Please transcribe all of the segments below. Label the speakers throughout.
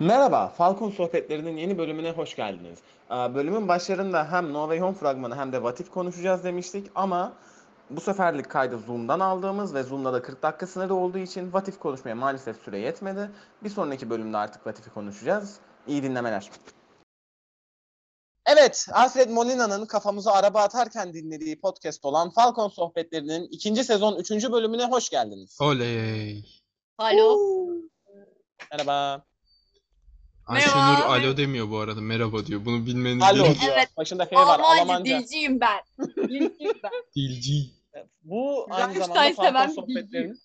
Speaker 1: Merhaba, Falcon Sohbetleri'nin yeni bölümüne hoş geldiniz. Ee, Bölümün başlarında hem No Way Home fragmanı hem de What If konuşacağız demiştik ama bu seferlik kaydı Zoom'dan aldığımız ve Zoom'da da 40 dakika sınırı olduğu için What If konuşmaya maalesef süre yetmedi. Bir sonraki bölümde artık What If'i konuşacağız. İyi dinlemeler. Evet, Alfred Molina'nın kafamıza araba atarken dinlediği podcast olan Falcon Sohbetleri'nin ikinci sezon 3. bölümüne hoş geldiniz.
Speaker 2: Oley.
Speaker 3: Alo.
Speaker 1: Merhaba.
Speaker 2: Ayşenur
Speaker 3: Merhaba.
Speaker 2: alo demiyor bu arada. Merhaba diyor. Bunu bilmeniz
Speaker 1: Alo diyor.
Speaker 2: gerek-
Speaker 3: Evet.
Speaker 1: Başında F Şey var.
Speaker 3: Almanca
Speaker 1: Almanca.
Speaker 3: dilciyim ben. Dilciyim ben.
Speaker 2: Dilci.
Speaker 1: Bu
Speaker 3: Güzel
Speaker 1: aynı
Speaker 3: üç
Speaker 1: zamanda
Speaker 3: tane
Speaker 1: Falcon
Speaker 3: seven
Speaker 1: sohbetlerinin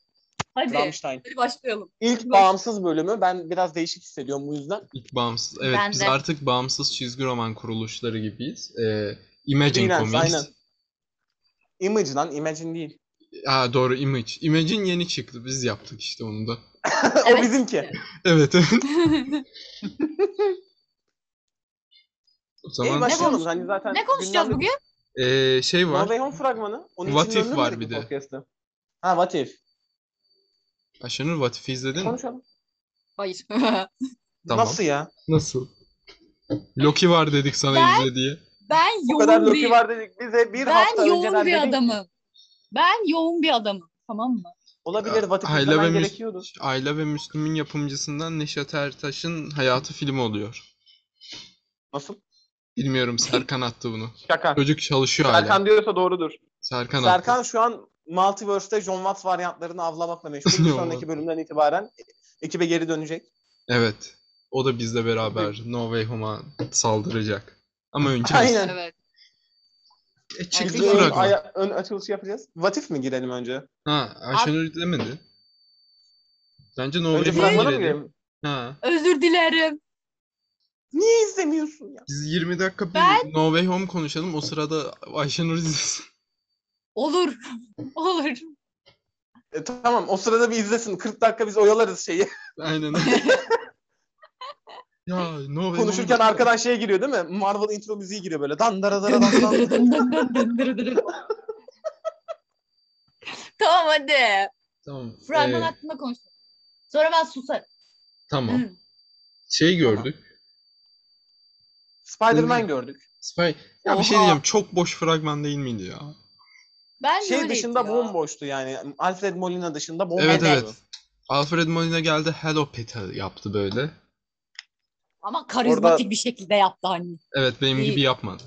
Speaker 3: Hadi.
Speaker 1: Rammstein.
Speaker 3: Hadi başlayalım.
Speaker 1: İlk bağımsız bölümü ben biraz değişik hissediyorum bu yüzden.
Speaker 2: İlk bağımsız. Evet
Speaker 3: Ben
Speaker 2: biz
Speaker 3: de.
Speaker 2: artık bağımsız çizgi roman kuruluşları gibiyiz. Ee, Imagine
Speaker 1: Freelance,
Speaker 2: Comics.
Speaker 1: aynen. Image lan Imagine değil.
Speaker 2: Ha doğru Image. Imagine yeni çıktı. Biz yaptık işte onu da.
Speaker 1: o
Speaker 3: Evet.
Speaker 1: bizimki.
Speaker 2: Evet evet. O
Speaker 1: İyi
Speaker 2: zaman
Speaker 1: başlayalım.
Speaker 3: Ne
Speaker 1: Hani zaten
Speaker 3: ne konuşacağız
Speaker 1: gündemde-
Speaker 3: bugün?
Speaker 2: ee, şey
Speaker 1: No
Speaker 2: var.
Speaker 1: Way Home fragmanı. Onun
Speaker 2: What
Speaker 1: için
Speaker 2: If var bir de.
Speaker 1: Ha What If.
Speaker 2: Ayşenur What If'i izledin mi?
Speaker 1: Konuşalım.
Speaker 3: Hayır.
Speaker 2: Tamam.
Speaker 1: Nasıl ya?
Speaker 2: Nasıl? Loki var dedik sana
Speaker 3: Ben-
Speaker 2: izle diye.
Speaker 3: ben
Speaker 1: Bu kadar
Speaker 3: yoğun
Speaker 1: Loki
Speaker 3: bir,
Speaker 1: var dedik. Bize bir hafta
Speaker 3: ben
Speaker 1: önceden
Speaker 3: yoğun bir
Speaker 1: dedik.
Speaker 3: adamım. Ben yoğun bir adamım. Tamam mı?
Speaker 1: Olabilir What If
Speaker 2: Hayla ve
Speaker 1: izlemen
Speaker 2: Müs-
Speaker 1: gerekiyordu.
Speaker 2: Ayla ve Müslüm'ün yapımcısından Neşet Ertaş'ın hayatı filmi oluyor.
Speaker 1: Nasıl?
Speaker 2: Bilmiyorum Serkan attı bunu.
Speaker 1: Şaka.
Speaker 2: Çocuk çalışıyor hala.
Speaker 1: Serkan diyorsa doğrudur.
Speaker 2: Serkan,
Speaker 1: Serkan
Speaker 2: attı.
Speaker 1: şu an Multiverse'de John Watts varyantlarını avlamakla meşgul. Bir sonraki bölümden itibaren ekibe geri dönecek.
Speaker 2: Evet. O da bizle beraber No Way Home'a saldıracak. Ama önce
Speaker 1: Aynen.
Speaker 3: Evet.
Speaker 2: E, çıktı
Speaker 3: Peki,
Speaker 1: Ön,
Speaker 2: fragman.
Speaker 1: aya- ön açılışı yapacağız. Vatif mi girelim önce?
Speaker 2: Ha, Ayşenur demedi. Bence No
Speaker 1: önce
Speaker 2: Way Home'a
Speaker 1: fragmana mı
Speaker 2: girelim.
Speaker 1: girelim?
Speaker 2: Ha.
Speaker 3: Özür dilerim.
Speaker 1: Niye izlemiyorsun ya?
Speaker 2: Biz 20 dakika bir
Speaker 3: Ben-
Speaker 2: No Way Home konuşalım. O sırada Ayşenur izlesin.
Speaker 3: Olur. Olur.
Speaker 1: E, tamam o sırada bir izlesin. 40 dakika biz oyalarız şeyi.
Speaker 2: Aynen. öyle. ya No Way Home-
Speaker 1: Konuşurken arkadan şeye giriyor değil mi? Marvel intro müziği giriyor böyle. Dan dara dara dan dan.
Speaker 3: tamam hadi.
Speaker 2: Tamam.
Speaker 3: Fragman
Speaker 2: ee,
Speaker 3: hakkında konuşalım. Sonra ben susarım.
Speaker 2: tamam.
Speaker 3: Hı.
Speaker 2: Şey gördük.
Speaker 1: Spider-Man gördük.
Speaker 2: Spy... Ya bir şey
Speaker 3: Oha.
Speaker 2: diyeceğim. Çok boş fragman değil miydi ya?
Speaker 3: Ben
Speaker 1: Şey
Speaker 3: öyleyim
Speaker 1: dışında
Speaker 3: ya.
Speaker 1: bomboştu yani. Alfred Molina dışında bomboştu.
Speaker 2: Evet
Speaker 3: Evet.
Speaker 2: evet. Alfred Molina geldi Hello Petal yaptı böyle.
Speaker 3: Ama karizmatik
Speaker 1: Orada-
Speaker 3: bir şekilde yaptı hani.
Speaker 2: Evet benim
Speaker 3: İyi.
Speaker 2: gibi yapmadı.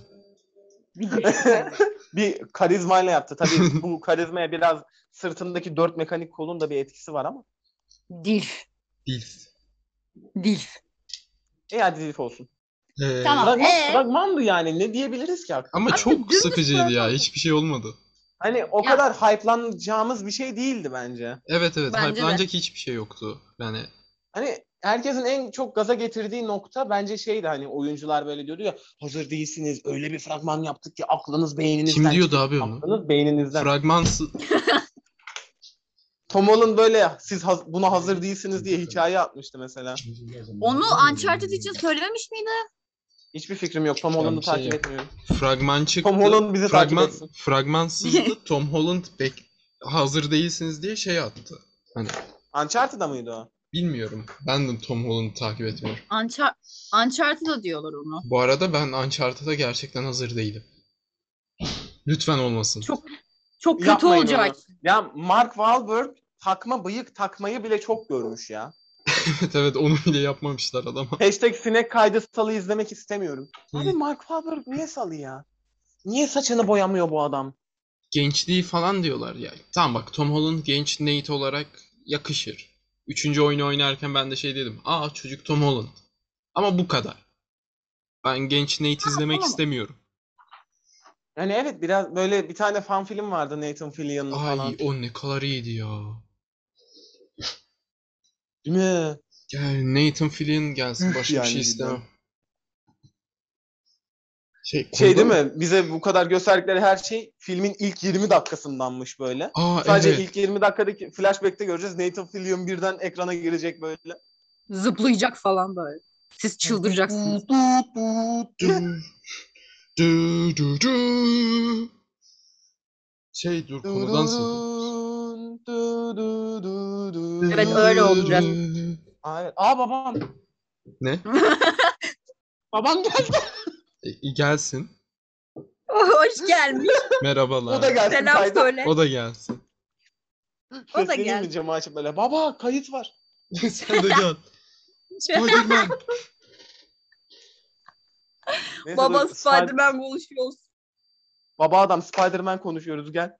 Speaker 1: bir karizmayla yaptı. Tabii bu karizmaya biraz sırtındaki dört mekanik kolun da bir etkisi var ama.
Speaker 3: Dil.
Speaker 2: Değil.
Speaker 3: Dil.
Speaker 1: E hadi Zilf olsun.
Speaker 2: Ee,
Speaker 3: Tamam.
Speaker 1: Fragman,
Speaker 3: ee?
Speaker 1: fragmandı yani. Ne diyebiliriz ki hakkında?
Speaker 2: Ama
Speaker 3: Abi,
Speaker 2: çok
Speaker 3: dümdüz
Speaker 2: sıkıcıydı ya.
Speaker 3: fragman.
Speaker 2: Hiçbir şey olmadı.
Speaker 1: Hani o
Speaker 3: Ya-
Speaker 1: kadar hype'lanacağımız bir şey değildi bence.
Speaker 2: Evet evet.
Speaker 3: Bence de.
Speaker 2: Hype'lanacak hiçbir şey yoktu. Yani
Speaker 1: Hani herkesin en çok gaza getirdiği nokta bence şeydi hani oyuncular böyle diyordu ya hazır değilsiniz öyle bir fragman yaptık ki aklınız beyninizden.
Speaker 2: kim diyordu
Speaker 1: çıktı."
Speaker 2: abi onu?
Speaker 1: Aklınız beyninizden.
Speaker 2: Fragmansı...
Speaker 1: Tom Holland böyle siz haz- buna hazır değilsiniz diye hikaye atmıştı mesela.
Speaker 3: Onu Uncharted için söylememiş miydi?
Speaker 1: Hiçbir fikrim yok. Tom
Speaker 2: Ya bir
Speaker 1: Holland'ı
Speaker 2: şey
Speaker 1: takip
Speaker 2: yok.
Speaker 1: etmiyorum.
Speaker 2: Fragman çıktı.
Speaker 1: Tom Holland bizi
Speaker 2: Fragman,
Speaker 1: takip etsin.
Speaker 2: fragmansızdı. Tom Holland pek hazır değilsiniz diye şey attı. Hani
Speaker 1: Uncharted'da mıydı o?
Speaker 2: bilmiyorum. Ben de Tom Holland'ı takip etmiyorum.
Speaker 3: Unchar Uncharted'a diyorlar onu.
Speaker 2: Bu arada ben Uncharted'a gerçekten hazır değilim. Lütfen olmasın.
Speaker 3: Çok çok kötü
Speaker 1: Yapmayın
Speaker 3: olacak.
Speaker 1: onu. Ya Mark Wahlberg takma bıyık takmayı bile çok görmüş ya.
Speaker 2: evet evet onu bile yapmamışlar adama.
Speaker 1: Hashtag sinek kaydı salı izlemek istemiyorum.
Speaker 2: Hı.
Speaker 1: Abi Mark Wahlberg niye salı ya? Niye saçını boyamıyor bu adam?
Speaker 2: Gençliği falan diyorlar ya. Tamam bak Tom Holland genç Nate olarak yakışır. Üçüncü oyunu oynarken ben de şey dedim. Aa çocuk Tom Holland. Ama bu kadar. Ben genç Nate izlemek
Speaker 3: tamam.
Speaker 2: istemiyorum.
Speaker 1: Yani evet biraz böyle bir tane fan film vardı Nathan Fillion'un falan.
Speaker 2: Ay o ne kadar iyiydi ya.
Speaker 1: Değil mi?
Speaker 2: Gel Nathan Fillion gelsin.
Speaker 1: Üf
Speaker 2: Başka bir
Speaker 1: yani
Speaker 2: şey
Speaker 1: cidden.
Speaker 2: istemem. Şey,
Speaker 1: Şey
Speaker 2: konuda-
Speaker 1: değil mi? Bize bu kadar gösterdikleri her şey filmin ilk 20 dakikasındanmış böyle.
Speaker 2: Aa
Speaker 1: Sadece
Speaker 2: evet.
Speaker 1: ilk 20 dakikadaki flashback'te göreceğiz. Nathan Fillion birden ekrana girecek böyle.
Speaker 3: Zıplayacak falan böyle. Siz çıldıracaksınız.
Speaker 2: Du, du, du, du. Şey dur konudan sonra.
Speaker 1: Dudun, du, du, du, du.
Speaker 3: Evet, öyle olacak.
Speaker 1: Ay- Aa babam.
Speaker 2: Ne?
Speaker 4: Babam geldi.
Speaker 2: E, gelsin.
Speaker 3: Hoş gelmiş.
Speaker 2: Merhabalar.
Speaker 1: O da gelsin
Speaker 3: Selam
Speaker 1: kayda.
Speaker 3: söyle.
Speaker 2: O da gelsin.
Speaker 3: o da
Speaker 1: Sesleneyim mi
Speaker 3: gelsin.
Speaker 1: camı açıp böyle baba kayıt var.
Speaker 2: Sen de gel. Spiderman.
Speaker 1: Neyse,
Speaker 3: Baba
Speaker 1: dur, Spider-
Speaker 3: Spiderman buluşuyoruz.
Speaker 1: Baba adam Spider-Man konuşuyoruz gel.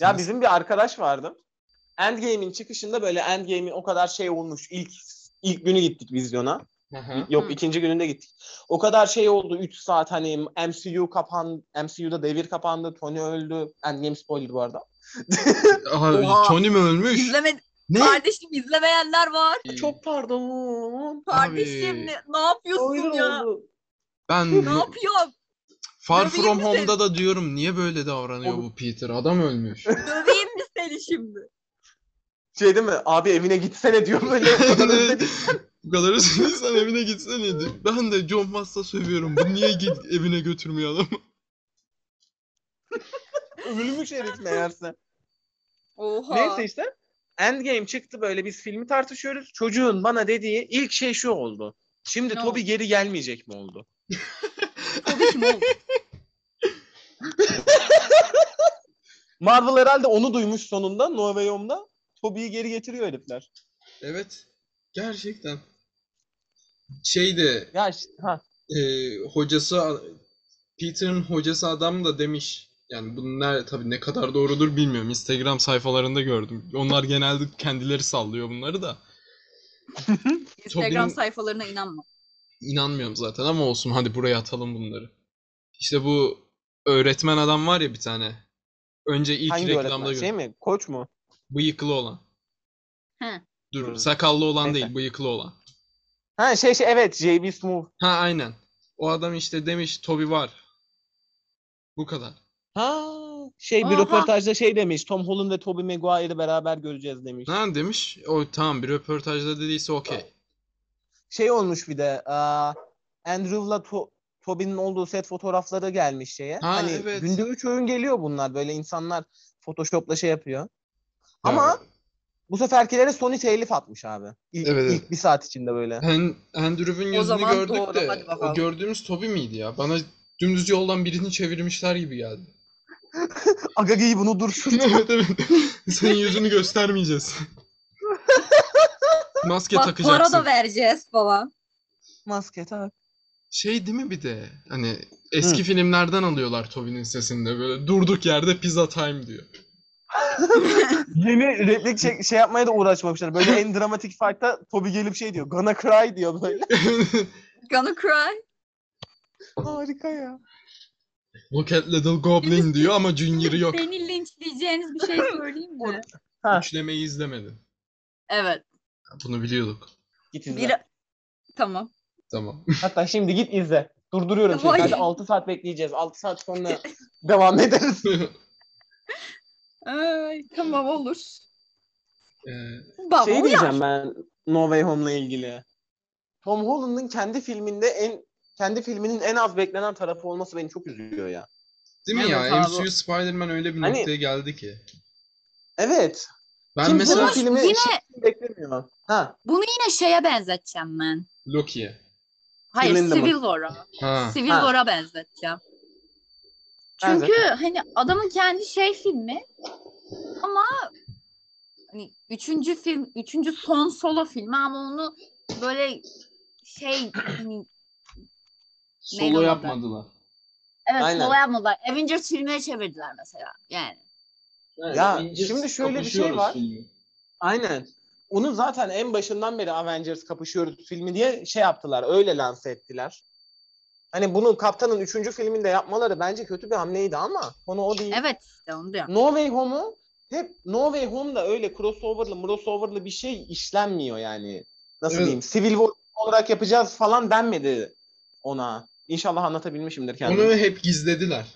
Speaker 1: Ya bizim bir arkadaş vardı. Endgame'in çıkışında böyle Endgame'in o kadar şey olmuş. İlk ilk günü gittik vizyona.
Speaker 2: Aha.
Speaker 1: Yok
Speaker 3: Hı.
Speaker 1: ikinci gününde gittik. O kadar şey oldu 3 saat hani MCU kapan MCU'da devir kapandı. Tony öldü. Endgame spoiler bu arada.
Speaker 2: Aha,
Speaker 3: Oha.
Speaker 2: Tony mi ölmüş? E,
Speaker 3: İzleme...
Speaker 2: Ne?
Speaker 3: Kardeşim izlemeyenler var.
Speaker 1: Çok pardon.
Speaker 3: Kardeşim ne, ne
Speaker 1: Spoiler
Speaker 3: yapıyorsun ya?
Speaker 1: oldu.
Speaker 2: Ben
Speaker 3: Ne yapıyorsun?
Speaker 2: Far
Speaker 3: Döveyim
Speaker 2: From
Speaker 3: mi
Speaker 2: Home'da da diyorum niye böyle davranıyor
Speaker 1: Oğlum.
Speaker 2: bu Peter? Adam ölmüş.
Speaker 3: Döveyim mi seni şimdi?
Speaker 1: Şey değil mi? Abi evine gitsene diyor böyle. O kadar özledik.
Speaker 2: Bu kadar üzülürsen evine gitsene. diyor. Ben de John Masta sövüyorum. Bu niye git evine götürmüyor adamı?
Speaker 1: Ölmüş herif meğerse.
Speaker 3: Oha.
Speaker 1: Neyse işte. Endgame çıktı böyle biz filmi tartışıyoruz. Çocuğun bana dediği ilk şey şu oldu. Şimdi
Speaker 3: Ne
Speaker 1: Toby
Speaker 3: oldu?
Speaker 1: geri gelmeyecek mi oldu?
Speaker 3: Tabii ki ne oldu?
Speaker 1: Marvel herhalde onu duymuş sonunda No Way Home'da. Toby'yi geri getiriyor herifler.
Speaker 2: Evet. Gerçekten. Şeyde
Speaker 1: Ya işte, ha.
Speaker 2: e, hocası Peter'ın hocası adam da demiş. Yani bunlar tabii ne kadar doğrudur bilmiyorum. Instagram sayfalarında gördüm. Onlar genelde kendileri sallıyor bunları da.
Speaker 3: Instagram
Speaker 2: Toby'nin-
Speaker 3: sayfalarına inanma.
Speaker 2: İnanmıyorum zaten ama olsun hadi buraya atalım bunları. İşte bu öğretmen adam var ya bir tane. Önce ilk
Speaker 1: Hangi
Speaker 2: reklamda
Speaker 1: öğretmen?
Speaker 2: gördüm.
Speaker 1: Şey mi? Koç mu?
Speaker 2: Bıyıklı olan.
Speaker 3: He.
Speaker 2: Dur,
Speaker 1: Hı.
Speaker 2: sakallı olan
Speaker 1: Neyse.
Speaker 2: değil, bıyıklı olan.
Speaker 1: Ha şey şey evet JB Smooth.
Speaker 2: Ha aynen. O adam işte demiş Toby var. Bu kadar.
Speaker 1: Ha şey bir
Speaker 3: Aha.
Speaker 1: röportajda şey demiş. Tom Holland ve Toby Maguire'ı beraber göreceğiz demiş.
Speaker 2: Ha demiş. O tamam bir röportajda dediyse okey.
Speaker 1: Şey olmuş bir de. aa, Andrew'la To- Toby'nin olduğu set fotoğrafları gelmiş şeye.
Speaker 2: Ha,
Speaker 1: hani
Speaker 2: evet.
Speaker 1: günde 3 öğün geliyor bunlar. Böyle insanlar Photoshop'la şey yapıyor.
Speaker 2: Ya,
Speaker 1: Ama bu seferkilere Sony telif atmış abi. İlk,
Speaker 2: Evet, evet.
Speaker 1: ilk bir saat içinde böyle.
Speaker 2: Hen, Andrew'un yüzünü
Speaker 3: zaman
Speaker 2: gördük
Speaker 3: doğru,
Speaker 2: de
Speaker 3: hadi bakalım.
Speaker 2: o gördüğümüz Toby miydi ya? Bana dümdüz yoldan birini çevirmişler gibi geldi.
Speaker 1: Aga giy bunu dursun.
Speaker 2: evet evet. Senin yüzünü göstermeyeceğiz. Maske
Speaker 3: Bak para
Speaker 2: takacaksın.
Speaker 3: da vereceğiz falan.
Speaker 1: Maske tak.
Speaker 2: Şey değil mi bir de hani eski filmlerden alıyorlar Toby'nin sesini de böyle durduk yerde pizza time diyor.
Speaker 1: Yeni replik şey, şey yapmaya da uğraşmamışlar. Böyle en dramatik fight'ta Toby gelip şey diyor. Gonna cry diyor böyle.
Speaker 3: Gonna cry.
Speaker 1: Harika ya.
Speaker 2: Look at little goblin diyor ama Junior'ı yok.
Speaker 3: Beni linçleyeceğiniz bir şey söyleyeyim mi?
Speaker 1: Ha.
Speaker 2: Üçlemeyi izlemedin.
Speaker 3: evet.
Speaker 2: Bunu biliyorduk.
Speaker 1: Git izle.
Speaker 3: Bir... Tamam.
Speaker 2: Tamam.
Speaker 1: Hatta şimdi git izle. Durduruyorum şimdi.
Speaker 3: Vay.
Speaker 1: Hadi 6 saat bekleyeceğiz. 6 saat sonra devam ederiz.
Speaker 3: Ay, tamam olur.
Speaker 2: Ee,
Speaker 3: Baba
Speaker 1: şey
Speaker 3: uyar.
Speaker 1: diyeceğim ben No Way Home'la ilgili. Tom Holland'ın kendi filminde en kendi filminin en az beklenen tarafı olması beni çok üzüyor ya.
Speaker 2: değil mi
Speaker 3: Evet
Speaker 2: ya?
Speaker 3: abi.
Speaker 2: MCU Spider-Man öyle bir
Speaker 1: Hani-
Speaker 2: noktaya geldi ki.
Speaker 1: Evet.
Speaker 2: Ben
Speaker 1: Kim
Speaker 2: mesela
Speaker 1: bunun
Speaker 3: Bunu
Speaker 1: filmi
Speaker 3: yine-
Speaker 1: şey beklemiyor. Ha.
Speaker 3: Bunu yine şeye benzeteceğim ben.
Speaker 2: Loki'ye.
Speaker 3: Hayır
Speaker 1: Civil
Speaker 3: Civil War'a.
Speaker 2: Ha.
Speaker 3: Civil
Speaker 1: Ha.
Speaker 3: War'a benzeteceğim.
Speaker 1: Benzet.
Speaker 3: Çünkü hani adamın kendi şey filmi ama hani üçüncü film, üçüncü son solo filmi ama onu böyle şey hani, Neydi
Speaker 2: Solo
Speaker 3: onun adı?
Speaker 2: yapmadılar.
Speaker 3: evet
Speaker 1: Aynen.
Speaker 3: solo yapmadılar. Avengers filmine çevirdiler mesela yani.
Speaker 1: Ya, şimdi şöyle bir şey
Speaker 2: Kapışıyoruz
Speaker 1: var.
Speaker 2: filmi.
Speaker 1: Aynen. Onu zaten en başından beri Avengers kapışıyoruz filmi diye şey yaptılar. Öyle lanse ettiler. Hani bunu Kaptan'ın 3. filminde yapmaları bence kötü bir hamleydi ama konu o değil.
Speaker 3: Evet işte onu diyorum.
Speaker 1: No Way Home'u hep No Way Home'da öyle crossover'lı, crossover'lı bir şey işlenmiyor yani. Nasıl
Speaker 2: Evet.
Speaker 1: diyeyim? Civil War olarak yapacağız falan denmedi ona. İnşallah anlatabilmişimdir kendimi.
Speaker 2: Onu hep gizlediler.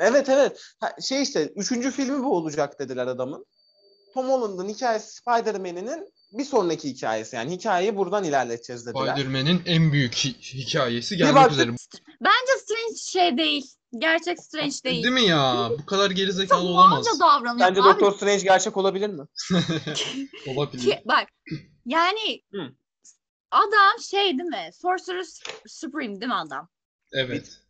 Speaker 1: Evet evet. Ha, şey işte üçüncü filmi bu olacak dediler adamın. Tom Holland'ın hikayesi Spider-Man'inin bir sonraki hikayesi. Yani hikayeyi buradan ilerleteceğiz dediler.
Speaker 2: Spider-Man'in en büyük hi- hikayesi gelmek
Speaker 1: baktık-
Speaker 2: üzere.
Speaker 3: Bence Strange şey değil. Gerçek Strange değil.
Speaker 2: Değil mi ya? Bu kadar gerizekalı
Speaker 3: Çok
Speaker 2: olamaz.
Speaker 3: Anca davranıyor.
Speaker 1: Bence
Speaker 3: Abi
Speaker 1: Doctor Strange gerçek olabilir mi?
Speaker 2: Olabilir.
Speaker 3: Ki, bak Yani
Speaker 1: Hı.
Speaker 3: adam şey değil mi? Sorcerer Supreme değil mi adam?
Speaker 2: Evet.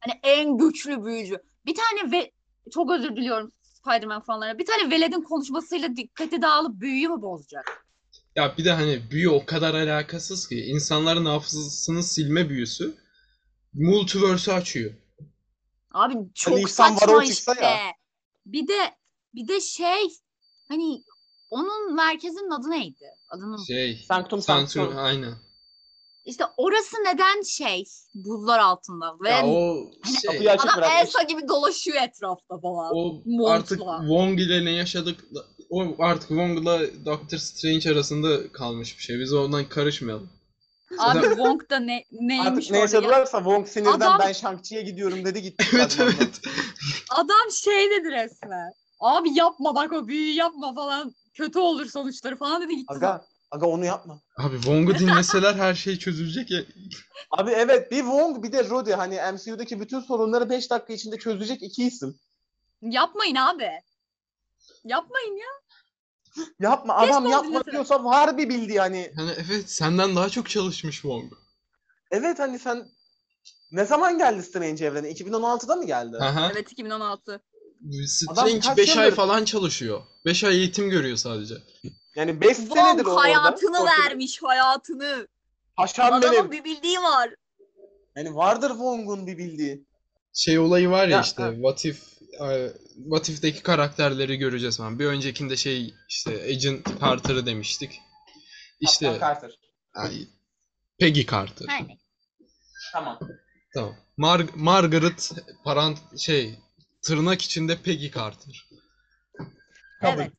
Speaker 3: Hani en güçlü büyücü. Bir tane ve çok özür diliyorum Spider-Man fanlara. Bir tane veledin konuşmasıyla dikkati dağılıp büyüyü mü bozacak?
Speaker 2: Ya bir de hani büyü o kadar alakasız ki insanların hafızasını silme büyüsü multiverse açıyor.
Speaker 3: Abi çok
Speaker 1: Hani İhsan
Speaker 3: saçma
Speaker 1: Varol
Speaker 3: işte.
Speaker 1: çıksa ya.
Speaker 3: Bir de bir de şey hani onun merkezinin adı neydi? Adını
Speaker 2: Şey,
Speaker 1: Sanctum
Speaker 2: sansür
Speaker 1: Sanctum.
Speaker 2: aynen.
Speaker 3: İşte orası neden şey buzlar altında ve
Speaker 2: Ya o
Speaker 3: Hani
Speaker 2: şey
Speaker 1: kapıyı açık
Speaker 3: adam
Speaker 1: bırakmış.
Speaker 3: Elsa gibi dolaşıyor etrafta falan.
Speaker 2: o
Speaker 3: Montla.
Speaker 2: artık Wong ile ne yaşadık o artık Wong'la Doctor Strange arasında kalmış bir şey. Biz ondan karışmayalım.
Speaker 3: Abi
Speaker 2: Adam-
Speaker 3: Wong da ne neymiş
Speaker 1: Artık ne
Speaker 3: orada ya?
Speaker 1: yaşadılarsa Wong sinirden
Speaker 3: Adam-
Speaker 1: ben Shang-Chi'ye gidiyorum dedi gitti.
Speaker 2: Evet
Speaker 1: fragmandan.
Speaker 2: evet.
Speaker 3: Adam şey dedi resmen. Abi yapma bak o büyüyü yapma falan. Kötü olur sonuçları falan dedi gitti.
Speaker 1: Aga, aga onu yapma.
Speaker 2: Abi Wong'u dinleseler her şey çözülecek ya.
Speaker 1: Abi evet bir Wong bir de Rhodey hani MCU'daki bütün sorunları 5 dakika içinde çözecek iki isim.
Speaker 3: Yapmayın abi. Yapmayın ya.
Speaker 1: Yapma
Speaker 3: Keşke
Speaker 1: adam
Speaker 3: onu
Speaker 1: yapma
Speaker 3: dinleseler.
Speaker 1: diyorsa harbi bildi yani.
Speaker 2: Yani evet senden daha çok çalışmış Wong.
Speaker 1: Evet hani sen ne zaman geldi Strange evrene? 2016'da mı geldi?
Speaker 2: Aha.
Speaker 3: Evet 2016.
Speaker 1: Adam
Speaker 2: Strange
Speaker 1: kaç
Speaker 2: 5 ay
Speaker 1: yıldır-
Speaker 2: falan çalışıyor. 5 ay eğitim görüyor sadece.
Speaker 1: Yani 5 senedir
Speaker 3: Wong
Speaker 1: o orada.
Speaker 3: hayatını
Speaker 1: Korkuyor.
Speaker 3: vermiş hayatını.
Speaker 1: Paşam benim.
Speaker 3: Adamın bir bildiği var.
Speaker 1: Yani vardır Wong'un bir bildiği.
Speaker 2: Şey olayı var ya,
Speaker 1: Ya,
Speaker 2: işte
Speaker 1: ha.
Speaker 2: What If e, What If'teki karakterleri göreceğiz falan. Bir öncekinde şey işte Agent Carter'ı demiştik.
Speaker 1: Kaptan
Speaker 2: İşte
Speaker 1: Carter.
Speaker 2: ay, Peggy Carter.
Speaker 3: Her neyse.
Speaker 1: Tamam.
Speaker 2: Tamam. Mar- Margaret parant şey tırnak içinde Peggy Carter.
Speaker 1: Kabul.
Speaker 3: Evet.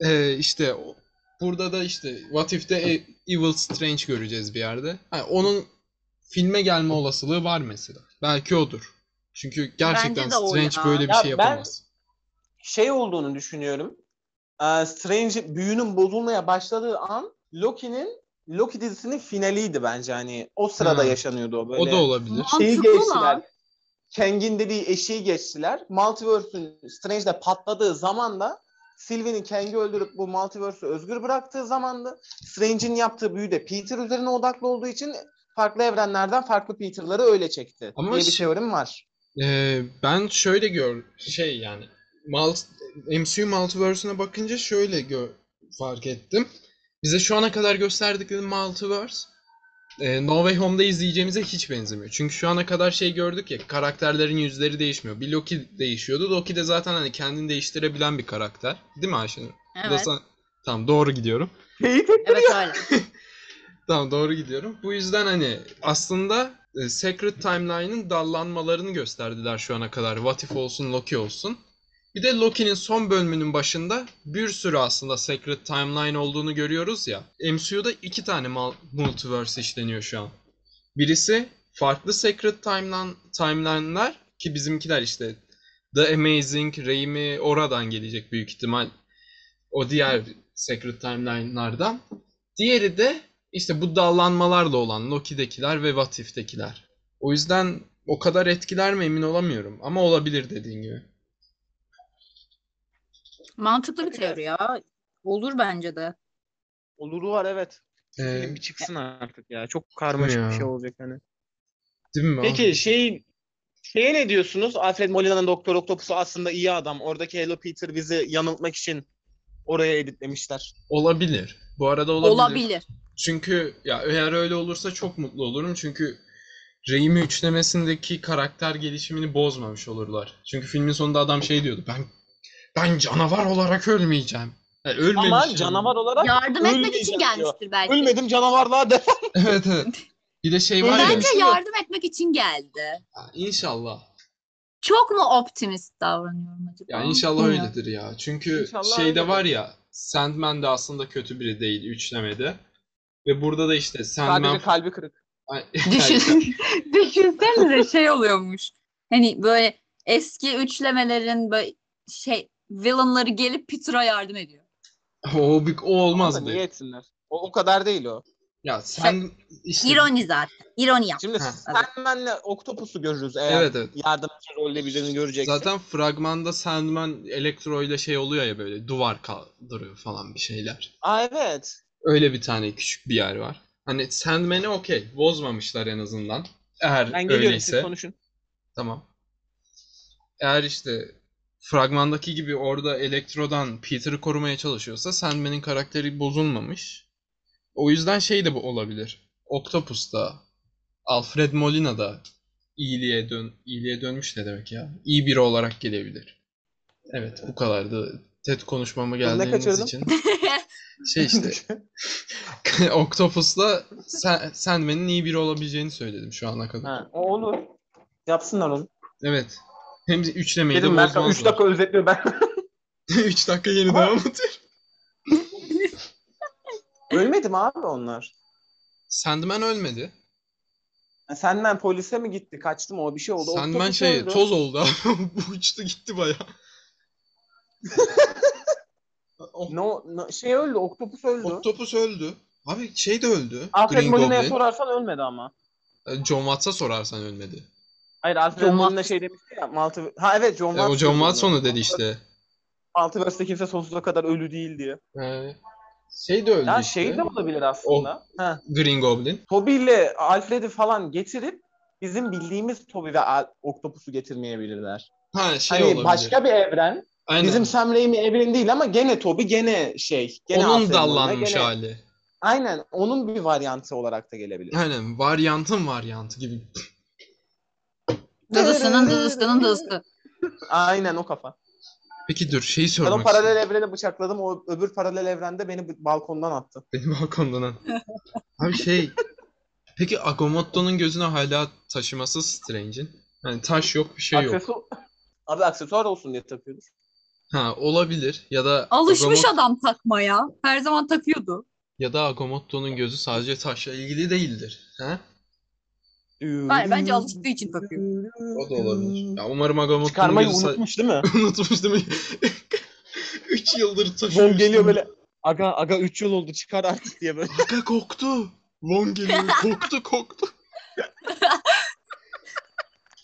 Speaker 3: Ee,
Speaker 2: Ee, işte o- burada da işte What If'te E- Evil Strange göreceğiz bir yerde. Ha, onun filme gelme olasılığı var mesela. Belki odur. Çünkü gerçekten
Speaker 3: de o
Speaker 2: Strange
Speaker 3: ya.
Speaker 2: böyle bir
Speaker 1: Ya
Speaker 2: şey
Speaker 1: ben-
Speaker 2: yapamaz.
Speaker 1: şey olduğunu düşünüyorum. Ee, Strange büyünün bozulmaya başladığı an Loki'nin Loki dizisinin finaliydi bence hani o sırada
Speaker 2: Ha.
Speaker 1: yaşanıyordu o böyle.
Speaker 2: O da olabilir.
Speaker 1: Şeyi
Speaker 3: mantıklı
Speaker 1: geçtiler.
Speaker 3: lan.
Speaker 1: Kang'in dediği eşiği geçtiler. Multiverse'ün Strange'de patladığı zaman da Sylvee'nin Kang'i öldürüp bu multiverse'ü özgür bıraktığı zamanda Strange'in yaptığı büyü de Peter üzerine odaklı olduğu için farklı evrenlerden farklı Peter'ları öyle çekti
Speaker 2: Ama
Speaker 1: diye bir
Speaker 2: şi-
Speaker 1: teorim var.
Speaker 2: Ee, ben şöyle gör şey yani Mal MCU Multiverse'üne bakınca şöyle gö fark ettim. Bize şu ana kadar gösterdikleri Multiverse e, No Way Home'da izleyeceğimize hiç benzemiyor. Çünkü şu ana kadar şey gördük ya karakterlerin yüzleri değişmiyor. Bir Loki değişiyordu. Loki de zaten hani kendini değiştirebilen bir karakter. Değil mi Ayşenur? Bu da
Speaker 3: Evet.
Speaker 2: sana- Tamam doğru gidiyorum.
Speaker 1: Teyit
Speaker 3: Evet öyle.
Speaker 2: Tamam doğru gidiyorum. Bu yüzden hani aslında e, Secret Timeline'ın dallanmalarını gösterdiler şu ana kadar. What If olsun, Loki olsun. Bir de Loki'nin son bölümünün başında bir sürü aslında Secret Timeline olduğunu görüyoruz ya. MCU'da iki tane mal- multiverse işleniyor şu an. Birisi farklı Secret Timeline timeline'lar ki bizimkiler işte The Amazing Raimi oradan gelecek büyük ihtimal. O diğer Secret Timeline'lardan. Diğeri de işte bu dallanmalarla olan Loki'dekiler ve What If'tekiler. O yüzden o kadar etkiler mi emin olamıyorum ama olabilir dediğin gibi.
Speaker 3: Mantıklı bir teori ya. Olur bence de.
Speaker 1: Oluru var evet.
Speaker 2: Ee,
Speaker 1: Film bir çıksın artık ya. Çok karmaşık
Speaker 2: Ya.
Speaker 1: bir şey olacak hani.
Speaker 2: değil mi?
Speaker 1: Peki şey şeye ne diyorsunuz? Alfred Molina'nın Doktor Octopus'u aslında iyi adam. Oradaki Hello Peter bizi yanıltmak için oraya editlemişler.
Speaker 2: Olabilir. Bu arada olabilir.
Speaker 3: Olabilir.
Speaker 2: Çünkü ya eğer öyle olursa çok mutlu olurum. Çünkü Raimi üçlemesindeki karakter gelişimini bozmamış olurlar. Çünkü filmin sonunda adam şey diyordu. Ben ben canavar olarak ölmeyeceğim. Yani ölmemiş
Speaker 1: Ama
Speaker 2: yani.
Speaker 1: canavar olarak
Speaker 3: Yardım etmek için
Speaker 1: Ölmeyeceğim
Speaker 3: gelmiştir belki.
Speaker 1: ölmedim canavarlığa de.
Speaker 2: Evet evet. Bir de şey var ya.
Speaker 3: Bence yardım etmek için geldi.
Speaker 2: İnşallah.
Speaker 3: Çok mu optimist davranıyorum acaba?
Speaker 2: Ya inşallah
Speaker 3: Bilmiyorum.
Speaker 2: öyledir ya. Çünkü
Speaker 1: İnşallah
Speaker 2: şeyde
Speaker 1: öyledir.
Speaker 2: var ya Sandman de aslında kötü biri değil üçlemede. Ve burada da işte Sandman...
Speaker 1: Sadece kalbi kırık.
Speaker 2: Ay-
Speaker 3: Düşün, düşünsenize şey oluyormuş. Hani böyle eski üçlemelerin böyle şey villainları gelip Peter'a yardım ediyor.
Speaker 2: o, bir- o olmaz
Speaker 1: Ama
Speaker 2: be.
Speaker 1: niye etsinler? O, o kadar değil o.
Speaker 2: Ya sen işte...
Speaker 3: İroni zaten. İroni yap.
Speaker 1: Şimdi
Speaker 2: Ha.
Speaker 1: Sandman'le Octopus'u görürüz eğer
Speaker 2: Evet evet.
Speaker 1: yardımcı rolle birini göreceksek.
Speaker 2: Zaten fragmanda Sandman Elektro ile şey oluyor ya böyle duvar kaldırıyor falan bir şeyler.
Speaker 1: Aa evet.
Speaker 2: Öyle bir tane küçük bir yer var. Hani Sandman'i okey. Bozmamışlar en azından. Eğer
Speaker 4: Ben geliyorum
Speaker 2: öyleyse.
Speaker 4: siz konuşun.
Speaker 2: Tamam. Eğer işte fragmandaki gibi orada Elektro'dan Peter'ı korumaya çalışıyorsa Sandman'in karakteri bozulmamış. O yüzden şey de bu olabilir. Octopus da Alfred Molina da iyiliğe dön iyiliğe dönmüş ne demek ya? İyi biri olarak gelebilir. Evet, bu kadardı. TED konuşmama
Speaker 1: ne
Speaker 2: geldiğiniz
Speaker 1: kaçırdım?
Speaker 2: için. Şey işte Octopus'la Sa- Sandman'in iyi biri olabileceğini söyledim şu ana kadar.
Speaker 1: ha, o olur. Yapsınlar onu.
Speaker 2: Evet. Hem üçlemeyi de
Speaker 1: Dedim Mert'e 3
Speaker 2: bozmazlar.
Speaker 1: dakika özetliyor ben.
Speaker 2: 3 dakika yeni devam ediyor.
Speaker 1: Ölmedim abi onlar.
Speaker 2: Sandman ölmedi.
Speaker 1: Ha, Senden polise mi gitti? Kaçtı mı? O bir şey oldu.
Speaker 2: Sandman
Speaker 1: Otobüs
Speaker 2: şey
Speaker 1: öldü.
Speaker 2: toz oldu abi. Bu uçtu gitti baya. O-
Speaker 1: No, no- şey öldü. Oktopus öldü.
Speaker 2: Octopus öldü. Abi şey de öldü.
Speaker 1: Alfred
Speaker 2: Green
Speaker 1: Molina'ya
Speaker 2: Goblin. E,
Speaker 1: sorarsan ölmedi ama.
Speaker 2: John Watts'a sorarsan ölmedi.
Speaker 1: Hayır Alfred
Speaker 3: John
Speaker 1: Molina şey demişti ya. Multi... Ha evet John
Speaker 2: E,
Speaker 1: Watts.
Speaker 2: o John
Speaker 1: dedi
Speaker 2: Watts
Speaker 1: onu.
Speaker 2: onu dedi işte.
Speaker 1: Multiverse'de kimse sonsuza kadar ölü değil diye.
Speaker 2: E, şey de öldü
Speaker 1: Ya
Speaker 2: işte.
Speaker 1: şey de olabilir aslında. Ha.
Speaker 2: Green Goblin.
Speaker 1: Toby ile Alfred'i falan getirip bizim bildiğimiz Toby ve Al- Octopus'u getirmeyebilirler.
Speaker 2: Ha şey
Speaker 1: hani
Speaker 2: olabilir.
Speaker 1: başka bir evren.
Speaker 2: Aynen.
Speaker 1: Bizim Sam Raimi evreni değil ama gene Toby gene şey. Gene
Speaker 2: Onun
Speaker 1: Alfred Molina,
Speaker 2: dallanmış
Speaker 1: gene-
Speaker 2: hali.
Speaker 1: Aynen onun bir varyantı olarak da gelebilir.
Speaker 2: Aynen. Varyantın varyantı gibi.
Speaker 3: Dıdısının dıdıskının dıdıskı.
Speaker 1: Aynen o kafa.
Speaker 2: Peki dur şeyi
Speaker 1: Ben
Speaker 2: sormak
Speaker 1: o paralel
Speaker 2: istiyorum.
Speaker 1: evreni bıçakladım. O öbür paralel evrende beni bu- balkondan attı.
Speaker 2: Benim balkondan ha. Abi şey. Peki Agamotto'nun gözüne hala taşıması Strange'in. Yani taş yok bir şey yok.
Speaker 1: Aksesu- Abi aksesuar olsun diye takıyordur.
Speaker 2: Ha olabilir ya da
Speaker 3: Alışmış
Speaker 2: Agamot-
Speaker 3: adam takmaya. Her zaman takıyordu.
Speaker 2: ya da Agamotto'nun gözü sadece taşla ilgili değildir. Ha?
Speaker 3: Hayır,
Speaker 2: Hmm.
Speaker 3: bence alıştığı için takıyor.
Speaker 2: O da olabilir. Ya umarım Agamotto'nun
Speaker 1: Çıkarmayı
Speaker 2: gözü sa-
Speaker 1: unutmuş değil mi?
Speaker 2: unutmuş değil mi? 3 yıldır taşıyor.
Speaker 1: Zor geliyor
Speaker 2: üstünde.
Speaker 1: böyle. Aga aga 3 yıl oldu çıkar artık diye böyle.
Speaker 2: Aga koktu. Von geliyor. Koktu koktu.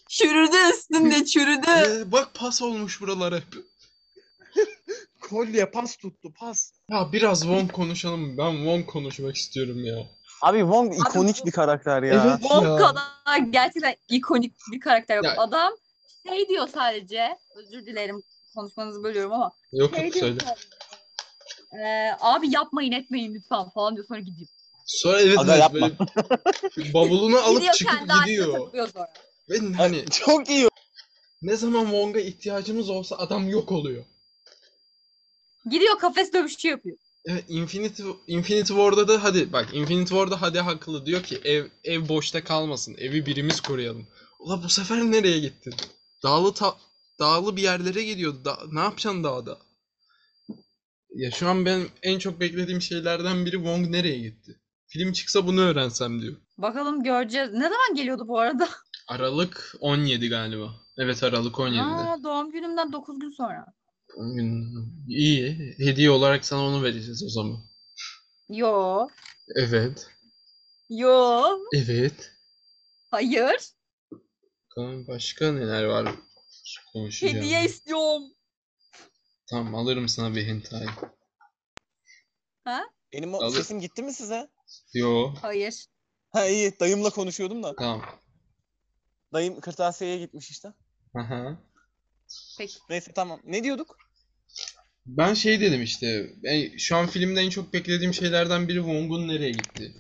Speaker 3: Çürüdü üstünde çürüdü.
Speaker 2: Ee, bak pas olmuş buralar hep.
Speaker 1: Kolye pas tuttu pas.
Speaker 2: Ya biraz Von konuşalım. Ben Von konuşmak istiyorum ya.
Speaker 1: Abi Wong
Speaker 3: ikonik
Speaker 1: bir karakter
Speaker 2: Evet
Speaker 3: Wong
Speaker 2: ya.
Speaker 3: kadar gerçekten ikonik bir karakter.
Speaker 2: Ya-
Speaker 3: Adam şey diyor sadece. Özür dilerim konuşmanızı bölüyorum ama.
Speaker 2: Yok
Speaker 3: Şey
Speaker 2: yok
Speaker 3: diyor
Speaker 2: söyle.
Speaker 3: sadece, "Ee, abi yapmayın etmeyin lütfen falan diyor sonra gidiyor.
Speaker 2: Sonra evet,
Speaker 1: Aga
Speaker 2: evet,
Speaker 1: yapma.
Speaker 2: böyle bavulunu alıp
Speaker 3: gidiyor
Speaker 2: çıkıp
Speaker 3: kendi haline
Speaker 2: gidiyor.
Speaker 3: takılıyor sonra.
Speaker 2: Ve hani
Speaker 1: Çok iyi.
Speaker 2: ne zaman Wong'a ihtiyacımız olsa adam yok oluyor.
Speaker 3: Gidiyor kafes dövüşçü yapıyor.
Speaker 2: Evet, Infinity, Infinity War'da da hadi bak Infinity War'da hadi haklı diyor ki ev ev boşta kalmasın. Evi birimiz koruyalım. Ula bu sefer nereye gittin? Dağlı ta- dağlı bir yerlere gidiyordu. Da- ne yapacaksın dağda? Ya şu an benim en çok beklediğim şeylerden biri Wong nereye gitti? Film çıksa bunu öğrensem diyor.
Speaker 3: Bakalım göreceğiz. Ne zaman geliyordu bu arada?
Speaker 2: Aralık 17 galiba. Evet Aralık 17'de.
Speaker 3: Aa, doğum günümden 9 gün sonra.
Speaker 2: Hmm, İyi. Hediye olarak sana onu vereceğiz o zaman.
Speaker 3: Yo.
Speaker 2: Evet.
Speaker 3: Yo.
Speaker 2: Evet.
Speaker 3: Hayır.
Speaker 2: Bakalım başka neler var konuşacağım.
Speaker 3: Hediye istiyorum.
Speaker 2: Tamam alırım sana bir hentai.
Speaker 1: Benim o
Speaker 2: Alır.
Speaker 1: sesim gitti mi size?
Speaker 2: Yo.
Speaker 3: Hayır.
Speaker 1: Ha iyi dayımla konuşuyordum da.
Speaker 2: Tamam.
Speaker 1: Dayım kırtasiyeye gitmiş işte.
Speaker 2: Aha.
Speaker 1: Neyse tamam. Ne diyorduk?
Speaker 2: Ben şey dedim işte. en- şu an filmde en çok beklediğim şeylerden biri Wong'un nereye gitti.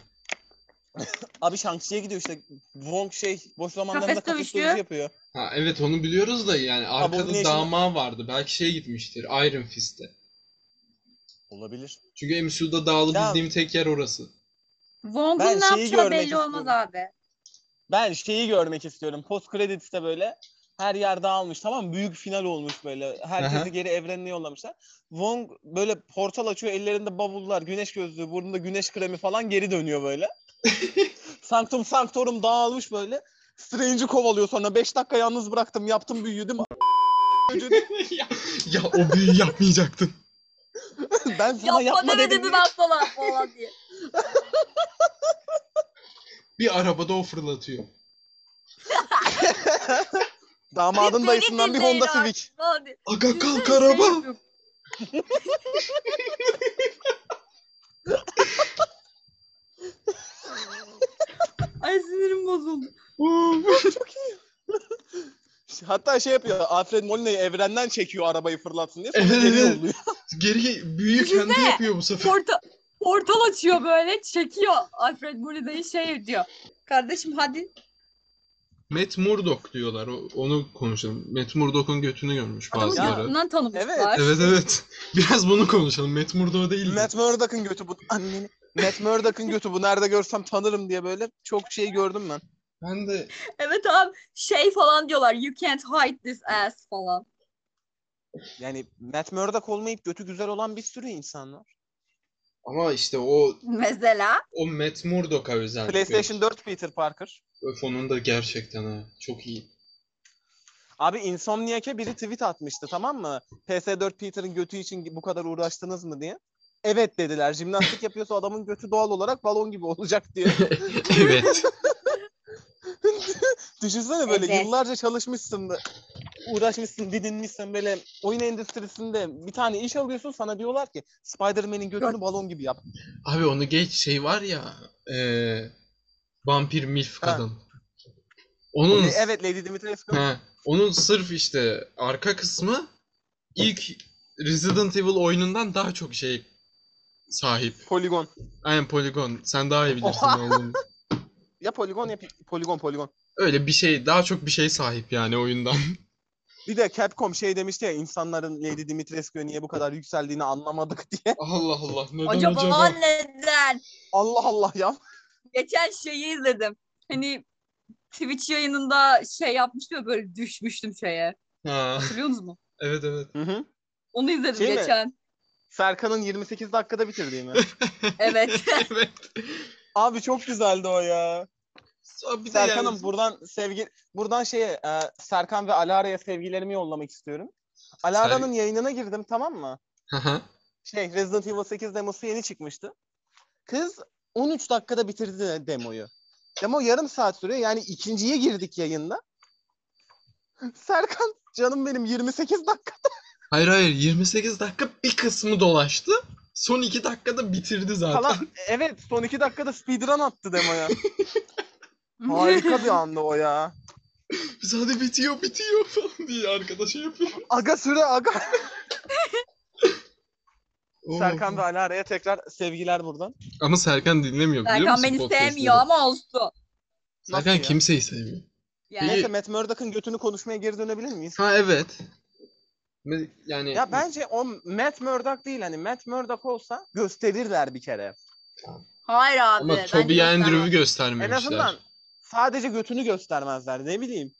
Speaker 1: Abi Shang-Chi'ye gidiyor işte. Wong şey boş zamanlarında
Speaker 3: Kafes
Speaker 1: kafes
Speaker 3: dövüşü.
Speaker 1: dövüşü yapıyor.
Speaker 2: Ha evet onu biliyoruz da yani
Speaker 1: bunun
Speaker 2: arkada
Speaker 1: yaşında-
Speaker 2: damağı vardı. Belki şey gitmiştir. Iron Fist'e.
Speaker 1: Olabilir.
Speaker 2: Çünkü MCU'da dağlı
Speaker 1: Ya-
Speaker 2: bildiğim tek yer orası.
Speaker 3: Wong'un
Speaker 1: Ben
Speaker 3: ne
Speaker 1: şeyi
Speaker 3: yapacağı
Speaker 1: görmek
Speaker 3: belli
Speaker 1: istiyorum.
Speaker 3: olmaz abi.
Speaker 1: Ben şeyi görmek istiyorum. Post credits'te böyle her yer dağılmış tamam mı? Büyük final olmuş böyle. Herkesi
Speaker 2: Aha.
Speaker 1: geri evrenine yollamışlar. Wong böyle portal açıyor. Ellerinde bavullar, güneş gözlüğü, burnunda güneş kremi falan geri dönüyor böyle. Sanctum Sanctorum dağılmış böyle. Strange'i kovalıyor sonra 5 dakika yalnız bıraktım yaptım büyüdüm.
Speaker 2: ya, ya o büyü yapmayacaktın.
Speaker 1: ben sana
Speaker 3: Yapma,
Speaker 1: yapma
Speaker 3: demedin
Speaker 1: dedim.
Speaker 3: mi
Speaker 1: diye-
Speaker 3: ben sana falan diye.
Speaker 2: Bir arabada o fırlatıyor.
Speaker 1: Damadın
Speaker 3: Beni
Speaker 1: dayısından bir
Speaker 3: dinleyin
Speaker 1: Honda
Speaker 3: artık.
Speaker 1: Civic.
Speaker 3: Falan diye.
Speaker 2: Aga kalk
Speaker 3: Düşünsene, şey
Speaker 2: araba.
Speaker 3: yapıyor. bozuldu.
Speaker 1: Hatta şey yapıyor. Alfred Molina'yı evrenden çekiyor arabayı fırlatsın diye. Sonra
Speaker 2: Evet,
Speaker 1: geri
Speaker 2: evet.
Speaker 1: yolluyor.
Speaker 2: Geri büyü
Speaker 3: Düşünsene.
Speaker 2: kendi yapıyor bu sefer.
Speaker 3: Porta, portal açıyor böyle çekiyor Alfred Molina'yı şey diyor. Kardeşim hadi.
Speaker 2: Matt Murdock diyorlar. o- Onu konuşalım. Matt Murdock'un götünü görmüş
Speaker 3: Adamı
Speaker 2: bazıları.
Speaker 3: gözünden tanımışlar.
Speaker 2: Evet evet. Biraz bunu konuşalım. Matt Murdock değil. de.
Speaker 1: Matt Murdock'ın götü bu. Anneni. Matt Murdock'ın götü bu. Nerede görsem tanırım diye böyle çok şey gördüm ben.
Speaker 2: Ben de
Speaker 3: Evet abi şey falan diyorlar. You can't hide this ass falan.
Speaker 1: Yani Matt Murdock olmayıp götü güzel olan bir sürü insan var.
Speaker 2: ama işte o
Speaker 3: Mesela
Speaker 2: o Matt Murdock'a özel.
Speaker 1: PlayStation 4 Peter Parker.
Speaker 2: Öf onun da gerçekten ha. Çok iyi.
Speaker 1: Abi Insomniac'e biri tweet atmıştı tamam mı? PS4 Peter'ın götü için bu kadar uğraştınız mı diye. Evet dediler. Jimnastik yapıyorsa adamın götü doğal olarak balon gibi olacak diye.
Speaker 2: evet.
Speaker 1: Düşünsene böyle
Speaker 3: Evet.
Speaker 1: yıllarca çalışmışsın, da- uğraşmışsın, didinmişsin böyle oyun endüstrisinde bir tane iş alıyorsun sana diyorlar ki Spider-Man'in götünü balon gibi yap.
Speaker 2: Abi onu geç şey var ya eee vampir milf
Speaker 1: Ha.
Speaker 2: kadın. Onun
Speaker 1: E, Evet Lady Dimitrescu.
Speaker 2: he, onun sırf işte arka kısmı ilk Resident Evil oyunundan daha çok şey sahip.
Speaker 1: Poligon.
Speaker 2: Aynen poligon. Sen daha iyi bilirsin
Speaker 1: Oha.
Speaker 2: ne olduğunu.
Speaker 1: Ya poligon ya pi- poligon poligon.
Speaker 2: Öyle bir şey daha çok bir şey sahip yani oyundan.
Speaker 1: Bir de Capcom şey demişti ya insanların Lady Dimitrescu'ya niye bu kadar yükseldiğini anlamadık diye.
Speaker 2: Allah Allah neden
Speaker 3: acaba, hani-
Speaker 2: acaba?
Speaker 3: neden?
Speaker 1: Allah Allah ya.
Speaker 3: Geçen şeyi izledim. Hani Twitch yayınında şey yapmıştım ya böyle düşmüştüm şeye.
Speaker 2: Ha,
Speaker 3: Hatırlıyor musunuz mu?
Speaker 2: evet evet.
Speaker 1: Hı hı.
Speaker 3: Onu izledim
Speaker 1: Şey mi?
Speaker 3: geçen.
Speaker 1: Serkan'ın 28 dakikada bitirdiğini.
Speaker 3: Evet.
Speaker 2: evet.
Speaker 1: Abi çok güzeldi o ya.
Speaker 2: Abi de
Speaker 1: Serkan'ım
Speaker 2: yani-
Speaker 1: buradan sevgi buradan şeye e, Serkan ve Alara'ya sevgilerimi yollamak istiyorum. Alara'nın yayınına girdim tamam mı?
Speaker 2: Hı hı.
Speaker 1: Şey Resident Evil 8 demosu yeni çıkmıştı. Kız 13 dakikada bitirdi demoyu. Demo yarım saat sürüyor. Yani ikinciye girdik yayında. Serkan canım benim 28 dakika.
Speaker 2: Hayır hayır 28 dakika bir kısmı dolaştı. Son 2 dakikada bitirdi zaten.
Speaker 1: Falan. Evet son 2 dakikada speedrun attı demoya. Harika bir anda o ya.
Speaker 2: Zaten bitiyor bitiyor falan diye arkadaşa yapıyor.
Speaker 1: Aga süre aga.
Speaker 2: Oo.
Speaker 1: Serkan ve Alara'ya tekrar sevgiler buradan.
Speaker 2: Ama Serkan dinlemiyor biliyor
Speaker 3: Serkan
Speaker 2: musun
Speaker 3: beni
Speaker 2: podcastleri?
Speaker 3: sevmiyor ama olsun.
Speaker 2: Serkan
Speaker 1: Nasıl ya?
Speaker 2: kimseyi sevmiyor.
Speaker 3: Yani
Speaker 1: Neyse Matt Murdock'ın götünü konuşmaya geri dönebilir miyiz?
Speaker 2: Ha evet. Me- Yani
Speaker 1: Ya bence o Matt Murdock değil hani Matt Murdock olsa gösterirler bir kere.
Speaker 3: hayır abi.
Speaker 2: ama
Speaker 3: bence
Speaker 2: Toby
Speaker 3: göstermez.
Speaker 2: Andrew'u
Speaker 1: En
Speaker 2: göstermemişler.
Speaker 1: azından sadece götünü göstermezler ne bileyim.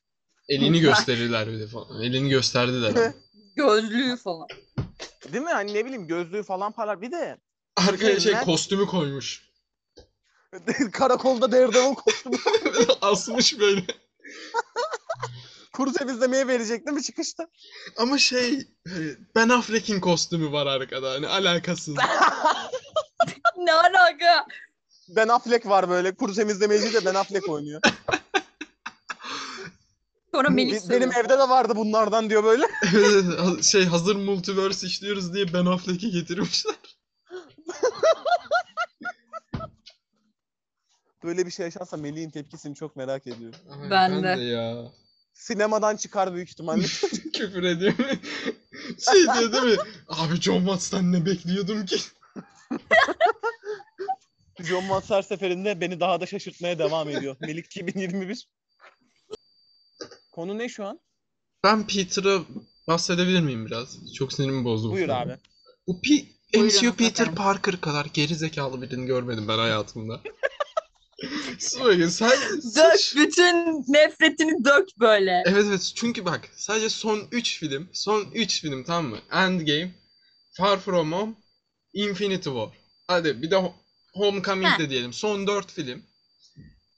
Speaker 2: Elini gösterirler bir de falan. Elini gösterdiler ama.
Speaker 3: Gözlüğü falan.
Speaker 1: Değil mi? Hani ne bileyim gözlüğü falan parlar. Bir de
Speaker 2: Arkaya şey
Speaker 1: Matt-
Speaker 2: kostümü koymuş.
Speaker 1: karakolda Daredevil kostümü
Speaker 2: Asmış böyle.
Speaker 1: kuru temizlemeye verecek değil mi çıkışta?
Speaker 2: Ama şey hani Ben Affleck'in kostümü var arkada. Hani alakasız.
Speaker 3: Ne alaka?
Speaker 1: Ben Affleck var böyle. Kuru temizlemeci de Ben Affleck oynuyor.
Speaker 3: Sonra Melih
Speaker 1: Bi- Benim
Speaker 3: söylüyor.
Speaker 1: evde de vardı bunlardan diyor böyle.
Speaker 2: Evet, ha- şey hazır multiverse işliyoruz diye Ben Affleck'i getirmişler.
Speaker 1: Böyle bir şey yaşansa Melih'in tepkisini çok merak ediyorum.
Speaker 2: Ay,
Speaker 3: Ben de.
Speaker 2: ya.
Speaker 1: Sinemadan çıkar büyük ihtimalle.
Speaker 2: Küfür ediyor. şey diyor değil mi? Abi John Watts'tan ne bekliyordum ki?
Speaker 1: John Watts her seferinde beni daha da şaşırtmaya devam ediyor. Melik 2021. Konu ne şu an?
Speaker 2: Ben Peter'a bahsedebilir miyim biraz? Çok sinirimi bozdu. bu
Speaker 1: Buyur
Speaker 2: konu.
Speaker 1: abi.
Speaker 2: Bu P-
Speaker 3: Buyurun
Speaker 2: MCU Peter
Speaker 3: efendim.
Speaker 2: Parker kadar geri zekalı birini görmedim ben hayatımda. Söyle sen
Speaker 3: Dök bütün nefretini dök böyle.
Speaker 2: Evet evet çünkü bak sadece son 3 film, son 3 film tamam mı? Endgame, Far From Home, Infinity War. Hadi bir de Ho- Homecoming
Speaker 3: Heh.
Speaker 2: de diyelim. Son 4 film.
Speaker 1: Abi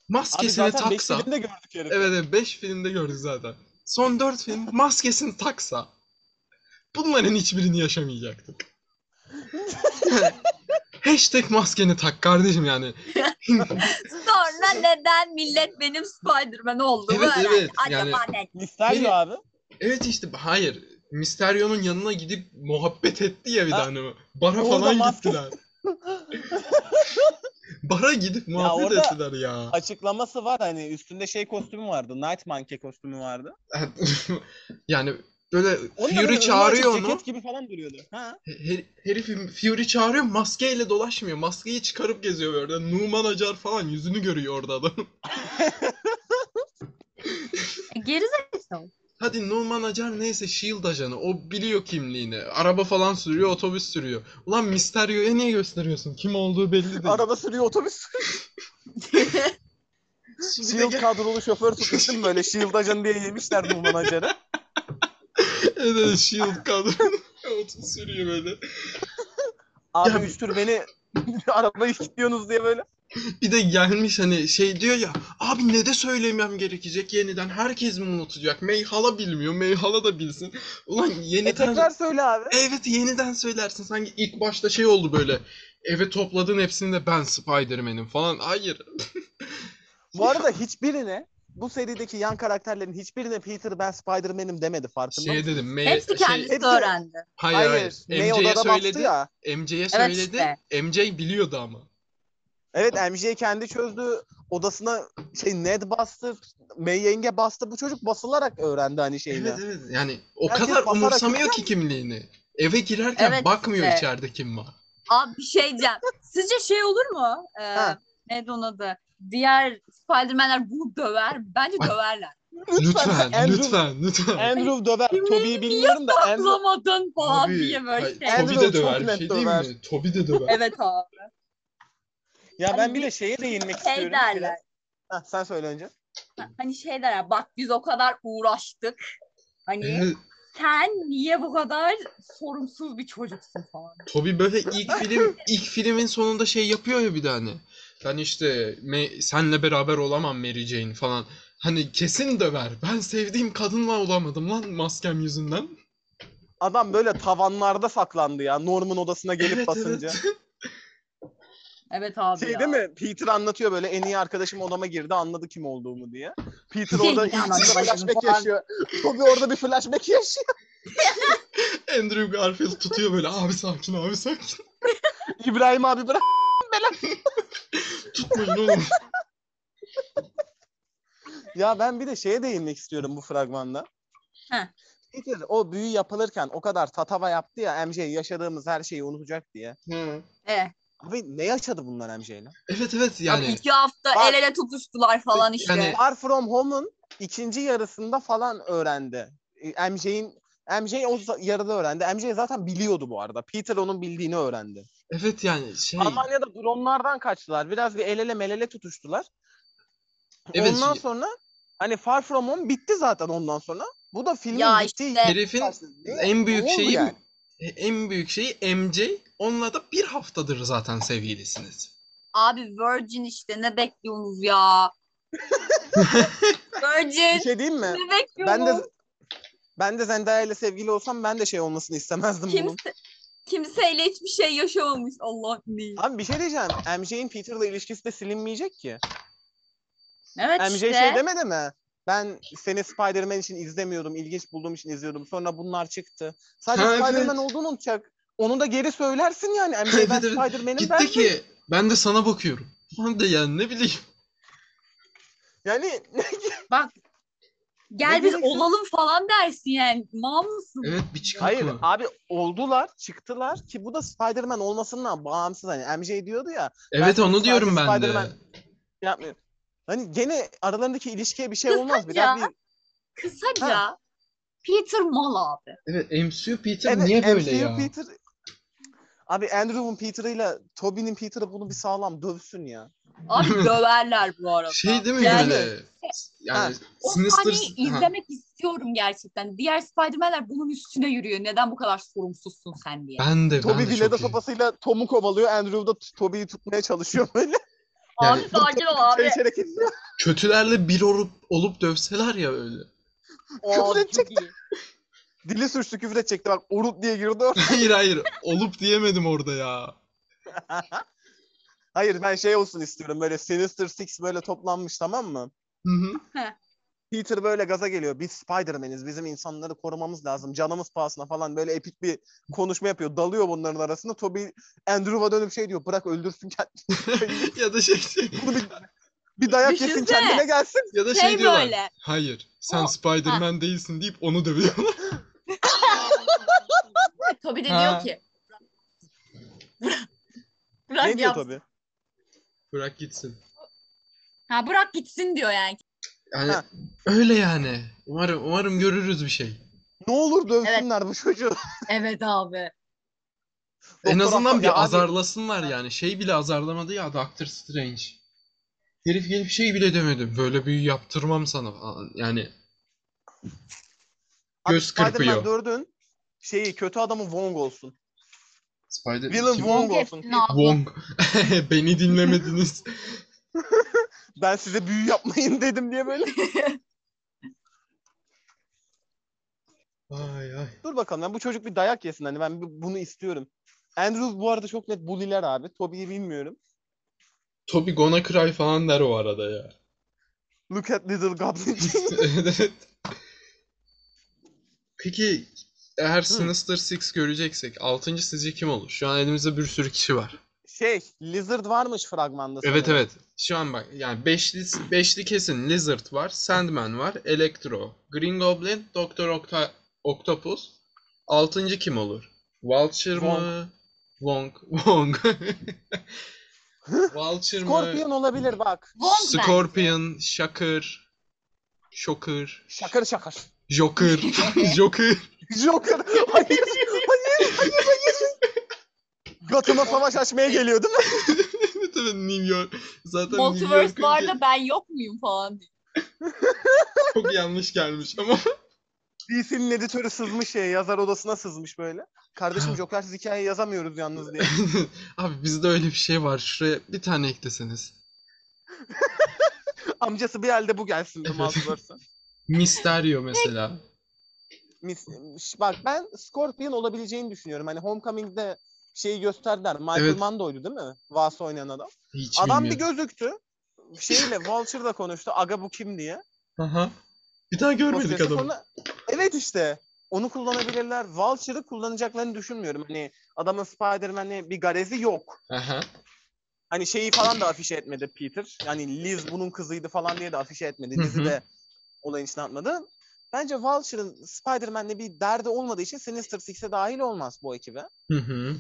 Speaker 2: Maskesini
Speaker 1: zaten beş
Speaker 2: taksa.
Speaker 1: filmde gördük herifi.
Speaker 2: Evet evet 5 filmde gördük zaten. Son 4 film maskesini taksa. Bunların hiçbirini yaşamayacaktık. Yani, hashtag maskeni tak kardeşim yani.
Speaker 3: Sonra neden millet benim Spider-Man olduğumu
Speaker 2: Evet,
Speaker 3: öğrendi?
Speaker 2: evet,
Speaker 3: Acaba ne?
Speaker 1: Misteryo
Speaker 2: Beni-
Speaker 1: abi.
Speaker 2: Evet işte hayır. Mysterio'nun yanına gidip muhabbet etti ya bir
Speaker 1: Ha.
Speaker 2: tane. Bara
Speaker 1: Orada
Speaker 2: falan
Speaker 1: maske-
Speaker 2: gittiler. Bara gidip muhabbet
Speaker 1: orada-
Speaker 2: ettiler ya.
Speaker 1: Açıklaması var hani üstünde şey kostümü vardı. Night Monkey kostümü vardı.
Speaker 2: yani böyle
Speaker 1: Onun da böyle
Speaker 2: Fury
Speaker 1: önüne
Speaker 2: çağırıyor
Speaker 1: açık
Speaker 2: onu.
Speaker 1: Ceket gibi falan duruyordu. Ha?
Speaker 2: Her, herifi Fury çağırıyor maskeyle dolaşmıyor. Maskeyi çıkarıp geziyor orada. Numan Acar falan yüzünü görüyor orada adam.
Speaker 3: E, Gerizekalı.
Speaker 2: Hadi Numan Acar neyse Shield E ajanı. O biliyor kimliğini. Araba falan sürüyor, otobüs sürüyor. Ulan Mysterio'ya niye gösteriyorsun? Kim olduğu belli değil.
Speaker 1: Araba sürüyor otobüs.
Speaker 2: Şimdi
Speaker 1: Shield
Speaker 2: gel-
Speaker 1: kadrolu şoför tutmuştum böyle. Shield ajanı diye yemişler Numan Acar'ı.
Speaker 2: Evet, Shield kadın. Otobüs sürüyor böyle.
Speaker 1: Abi
Speaker 2: Ya-
Speaker 1: üç tür beni arabayı kilitliyorsunuz diye böyle.
Speaker 2: Bir de gelmiş hani şey diyor ya abi ne de söylemem gerekecek yeniden herkes mi unutacak Meyhala bilmiyor Meyhala da bilsin ulan
Speaker 1: E
Speaker 2: yeniden
Speaker 1: tekrar söyle abi.
Speaker 2: evet yeniden söylersin sanki ilk başta şey oldu böyle eve topladın hepsini de ben Spider-Man'im falan hayır
Speaker 1: Bu arada hiçbirine bu serideki yan karakterlerin hiçbirine Peter ben Spider-Man'im demedi farkında
Speaker 2: şey
Speaker 1: mısın?
Speaker 2: dedim May
Speaker 3: Hepsi
Speaker 2: şey,
Speaker 3: kendisi
Speaker 1: Hepsi-
Speaker 3: öğrendi.
Speaker 2: hayır hayır,
Speaker 1: Hayır. May
Speaker 2: MJ'ye
Speaker 1: odada
Speaker 2: söyledi
Speaker 1: bastı ya.
Speaker 2: MJ'ye
Speaker 3: Evet
Speaker 2: söyledi
Speaker 3: işte.
Speaker 2: MJ biliyordu ama
Speaker 1: Evet MJ kendi çözdü. Odasına şey Ned bastı. May yenge bastı. Bu çocuk basılarak öğrendi hani şeyini.
Speaker 2: evet evet yani o
Speaker 1: Herkes
Speaker 2: kadar
Speaker 1: basarak
Speaker 2: umursamıyor ki kimliğini eve girerken
Speaker 3: Evet
Speaker 2: bakmıyor
Speaker 3: işte.
Speaker 2: içeride kim var
Speaker 3: Abi bir şey diyeceğim. Sizce şey olur mu? Ee,
Speaker 1: Ha.
Speaker 3: ne de onun adı? Diğer Spiderman'ler bunu döver. Bence
Speaker 2: Ay.
Speaker 3: döverler.
Speaker 2: Lütfen,
Speaker 1: Andrew,
Speaker 2: lütfen, lütfen.
Speaker 1: Andrew döver.
Speaker 3: Kimliğini
Speaker 1: Toby'yi bilmiyorum da Andrew.
Speaker 3: Anlamadın falan
Speaker 2: Abi,
Speaker 3: diye böyle şey.
Speaker 2: hayır, Toby
Speaker 1: Andrew
Speaker 2: de
Speaker 1: çok
Speaker 2: döver bir
Speaker 1: net
Speaker 2: şey değil
Speaker 1: döver.
Speaker 2: mi? Toby de döver.
Speaker 3: Evet abi.
Speaker 1: Ya ben
Speaker 3: Hani
Speaker 1: bir de
Speaker 3: bir-
Speaker 1: şeye değinmek
Speaker 3: Şey
Speaker 1: istiyorum. biraz.
Speaker 3: derler.
Speaker 1: Heh, sen söyle önce.
Speaker 3: Hani şey derler. Bak biz o kadar uğraştık. Hani
Speaker 2: Evet,
Speaker 3: sen niye bu kadar sorumsuz bir çocuksun falan.
Speaker 2: Toby böyle ilk film ilk filmin sonunda şey yapıyor ya bir de hani. Ben işte me- senle beraber olamam Mary Jane falan. Hani kesin döver. Ben sevdiğim kadınla olamadım lan maskem yüzünden.
Speaker 1: Adam böyle tavanlarda saklandı ya. Norman odasına gelip
Speaker 2: Evet,
Speaker 1: basınca.
Speaker 3: Evet abi
Speaker 1: Şey
Speaker 3: ya.
Speaker 1: değil mi? Peter anlatıyor böyle en iyi arkadaşım odama girdi anladı kim olduğumu diye. Peter
Speaker 3: Şey,
Speaker 1: orada
Speaker 3: yine
Speaker 1: ilk
Speaker 3: anladı.
Speaker 1: flashback yaşıyor. Toby orada bir flashback yaşıyor.
Speaker 2: Andrew Garfield tutuyor böyle abi sakin abi sakin.
Speaker 1: İbrahim abi bırak.
Speaker 2: Tutmayın oğlum.
Speaker 1: Ya ben bir de şeye değinmek istiyorum bu fragmanda.
Speaker 3: Heh.
Speaker 1: Peter o büyü yapılırken o kadar tatava yaptı ya MJ yaşadığımız her şeyi unutacak diye.
Speaker 3: Evet.
Speaker 1: Abi ne yaşadı bunlar MJ'yle?
Speaker 2: Evet evet
Speaker 3: Abi
Speaker 2: yani.
Speaker 3: iki hafta
Speaker 1: Bak-
Speaker 3: el ele tutuştular falan işte.
Speaker 2: Yani-
Speaker 1: Far From Home'un ikinci yarısında falan öğrendi. E, MJ'in MJ o za- yarıda öğrendi. MJ zaten biliyordu bu arada. Peter onun bildiğini öğrendi.
Speaker 2: Evet yani şey.
Speaker 1: Almanya'da dronlardan kaçtılar. Biraz bir el ele melele tutuştular.
Speaker 2: Evet, şey,
Speaker 1: ondan
Speaker 2: şimdi-
Speaker 1: sonra hani Far From Home bitti zaten ondan sonra. Bu da filmin
Speaker 3: Ya
Speaker 1: bittiği
Speaker 3: işte.
Speaker 2: Herifin
Speaker 1: Ne-
Speaker 2: en büyük
Speaker 1: ne oldu
Speaker 2: şeyi
Speaker 1: yani?
Speaker 2: en büyük şeyi MJ. Onunla da bir haftadır zaten sevgilisiniz.
Speaker 3: Abi Virgin işte ne bekliyorsunuz ya?
Speaker 1: Bir
Speaker 3: Virgin
Speaker 1: şey diyeyim mi?
Speaker 3: ne
Speaker 1: Ben
Speaker 3: bekliyorsunuz?
Speaker 1: de ben de Zendaya ile sevgili olsam ben de şey olmasını istemezdim bunun.
Speaker 3: Kimse, kimseyle hiçbir şey yaşamamış Allah ne?
Speaker 1: Abi bir şey diyeceğim. MJ'in Peter'la ilişkisi de silinmeyecek ki.
Speaker 3: Evet
Speaker 1: MJ
Speaker 3: işte.
Speaker 1: şey demedi mi? Ben seni Spider-Man için izlemiyordum, ilginç bulduğum için izliyordum. Sonra bunlar çıktı. Sadece
Speaker 2: Ha, evet.
Speaker 1: Spider-Man olduğunu unutacak. Onu da geri söylersin yani. MJ ben
Speaker 2: Evet, evet.
Speaker 1: Spider-Man'im ben.
Speaker 2: Gitti ki ben de sana bakıyorum. Ben de yani ne bileyim.
Speaker 1: Yani
Speaker 3: Bak gel
Speaker 1: Ne
Speaker 3: biz
Speaker 1: gerek yok?
Speaker 3: olalım falan dersin yani. Mal mısın?
Speaker 2: Evet bir çıkık
Speaker 1: hayır
Speaker 2: mı?
Speaker 1: abi oldular, çıktılar ki bu da Spider-Man olmasından bağımsız hani. MJ diyordu ya.
Speaker 2: evet
Speaker 1: ben
Speaker 2: onu
Speaker 1: sadece
Speaker 2: diyorum ben de.
Speaker 1: Spider-Man- yapmıyor. Hani gene aralarındaki ilişkiye bir şey olmaz.
Speaker 3: Kısaca-
Speaker 1: Biraz bir
Speaker 3: Kısaca Peter mal abi.
Speaker 2: Evet MCU Peter
Speaker 1: Evet,
Speaker 2: niye böyle
Speaker 1: MCU
Speaker 2: ya?
Speaker 1: Peter... Abi Andrew'un Peter'ıyla Toby'nin Peter'ı bunu bir sağlam dövsün ya.
Speaker 3: Abi döverler bu arada.
Speaker 2: Şey değil mi
Speaker 3: Yani
Speaker 2: böyle? Yani
Speaker 3: O
Speaker 2: Sinister...
Speaker 3: sahneyi
Speaker 2: Ha,
Speaker 3: izlemek istiyorum gerçekten. Diğer Spider-Man'ler bunun üstüne yürüyor. Neden bu kadar sorumsuzsun sen diye.
Speaker 2: Ben de
Speaker 1: Toby
Speaker 2: ben de çok
Speaker 1: Vileda
Speaker 2: iyi.
Speaker 1: sopasıyla Tom'u kovalıyor. Andrew da Toby'yi tutmaya çalışıyor böyle.
Speaker 2: Yani-
Speaker 3: abi sakin ol abi.
Speaker 1: Şey içerek izliyor.
Speaker 2: Kötülerle bir olup, olup dövseler ya öyle.
Speaker 3: Oo,
Speaker 1: Küfür
Speaker 3: çok iyi.
Speaker 1: Dili sürçtü küfür edecekti. Bak Urut diye girdi. or-
Speaker 2: Hayır hayır olup diyemedim orada ya.
Speaker 1: Hayır ben şey olsun istiyorum. Böyle Sinister Six böyle toplanmış tamam mı?
Speaker 2: Hı hı.
Speaker 1: Peter böyle gaza geliyor. Biz Spider-Man'iz. Bizim insanları korumamız lazım. Canımız pahasına falan böyle epik bir konuşma yapıyor. Dalıyor bunların arasında. Toby Andrew'a dönüp şey diyor. Bırak öldürsün kendini.
Speaker 2: ya da şey
Speaker 1: Bunu bir, bir dayak yesin
Speaker 3: Düşünsene.
Speaker 1: kendine gelsin.
Speaker 2: ya da şey,
Speaker 3: Şey
Speaker 2: diyorlar.
Speaker 3: böyle.
Speaker 2: Hayır, sen
Speaker 3: O-
Speaker 2: Spider-Man değilsin deyip onu dövüyorlar.
Speaker 3: Toby de
Speaker 2: Ha.
Speaker 3: diyor ki. "Bırak- Bırak
Speaker 1: ne diyor
Speaker 3: yapsın."
Speaker 1: Toby?
Speaker 2: Bırak gitsin.
Speaker 3: Ha bırak gitsin diyor yani.
Speaker 2: Yani
Speaker 1: Ha.
Speaker 2: öyle yani. Umarım umarım görürüz bir şey.
Speaker 1: Ne olur dövsünler bu çocuğu.
Speaker 3: Evet abi.
Speaker 2: en
Speaker 1: Doktor
Speaker 2: azından
Speaker 1: Afra-
Speaker 2: bir
Speaker 1: Ya abi-
Speaker 2: azarlasınlar yani. Şey bile azarlamadı ya Doctor Strange. Herif gelip şey bile demedi. Böyle büyü yaptırmam sana falan. Yani
Speaker 1: Abi
Speaker 2: göz
Speaker 1: Spider-Man
Speaker 2: kırpıyor.
Speaker 1: 4'ün şeyi kötü adamı Wong olsun.
Speaker 2: Spider
Speaker 1: Villain
Speaker 2: kim?
Speaker 1: Wong
Speaker 3: Wong
Speaker 1: olsun.
Speaker 3: hepsini aldı.
Speaker 2: Wong. Beni dinlemediniz.
Speaker 1: Ben size büyü yapmayın dedim diye böyle.
Speaker 2: ay ay.
Speaker 1: Dur bakalım ya bu çocuk bir dayak yesin hani ben bu- bunu istiyorum. Andrews bu arada çok net bully'ler abi. Toby'yi bilmiyorum.
Speaker 2: Toby gonna cry falan der o arada ya.
Speaker 1: Look at little goblin.
Speaker 2: evet. Peki eğer Sinister Six göreceksek 6. sizce kim olur? Şu an elimizde bir sürü kişi var.
Speaker 1: şey, Lizard varmış fragmanda
Speaker 2: Evet
Speaker 1: sanırım.
Speaker 2: evet. Şu an bak yani beşli, beşli kesin Lizard var, Sandman var, Electro, Green Goblin, Doktor Octa Octopus. Altıncı kim olur? Vulture mı? Wong. Wong. Vulture
Speaker 1: Scorpion
Speaker 2: mı?
Speaker 1: olabilir bak.
Speaker 3: Wong ben.
Speaker 2: Scorpion, Shocker, Shocker,
Speaker 1: Şakır şakır.
Speaker 2: Joker, Joker.
Speaker 1: Joker. Hayır. Hayır. Hayır. Hayır. Gotham'a savaş açmaya geliyor değil mi?
Speaker 2: evet evet New York. Zaten New York'un
Speaker 3: Multiverse'larda ben yok muyum falan diyor.
Speaker 2: çok yanlış gelmiş ama.
Speaker 1: DC'nin editörü sızmış şey. Yazar odasına sızmış böyle. Kardeşim
Speaker 2: Ha.
Speaker 1: Joker'siz hikaye yazamıyoruz yalnız diye.
Speaker 2: Abi bizde öyle bir şey var. Şuraya bir tane ekleseniz.
Speaker 1: Amcası bir halde bu gelsin de Mouseverse'a.
Speaker 2: Mysterio mesela.
Speaker 1: Mis- ş- Bak ben Scorpion olabileceğini düşünüyorum. Hani Homecoming'de şeyi gösterdiler. Michael
Speaker 2: Evet.
Speaker 1: Mando'ydu değil mi? Vas oynayan adam.
Speaker 2: Hiç
Speaker 1: adam bir
Speaker 2: bilmiyorum.
Speaker 1: gözüktü. Şeyle Vulture'la konuştu. Aga bu kim diye.
Speaker 2: Aha. Bir daha görmedik
Speaker 1: Sosyete
Speaker 2: adamı.
Speaker 1: sonra- Evet işte. Onu kullanabilirler. Vulture'ı kullanacaklarını düşünmüyorum. Hani adamın Spider-Man'e bir garezi yok.
Speaker 2: Aha.
Speaker 1: Hani şeyi falan da afişe etmedi Peter. Yani Liz bunun kızıydı falan diye de afişe etmedi.
Speaker 2: Hı
Speaker 1: Liz'i
Speaker 2: hı.
Speaker 1: de olayın içine atmadı. Bence Vulture'ın Spider-Man'le bir derdi olmadığı için Sinister Six'e dahil olmaz bu ekibe.
Speaker 2: Hı
Speaker 1: Şey
Speaker 2: hı.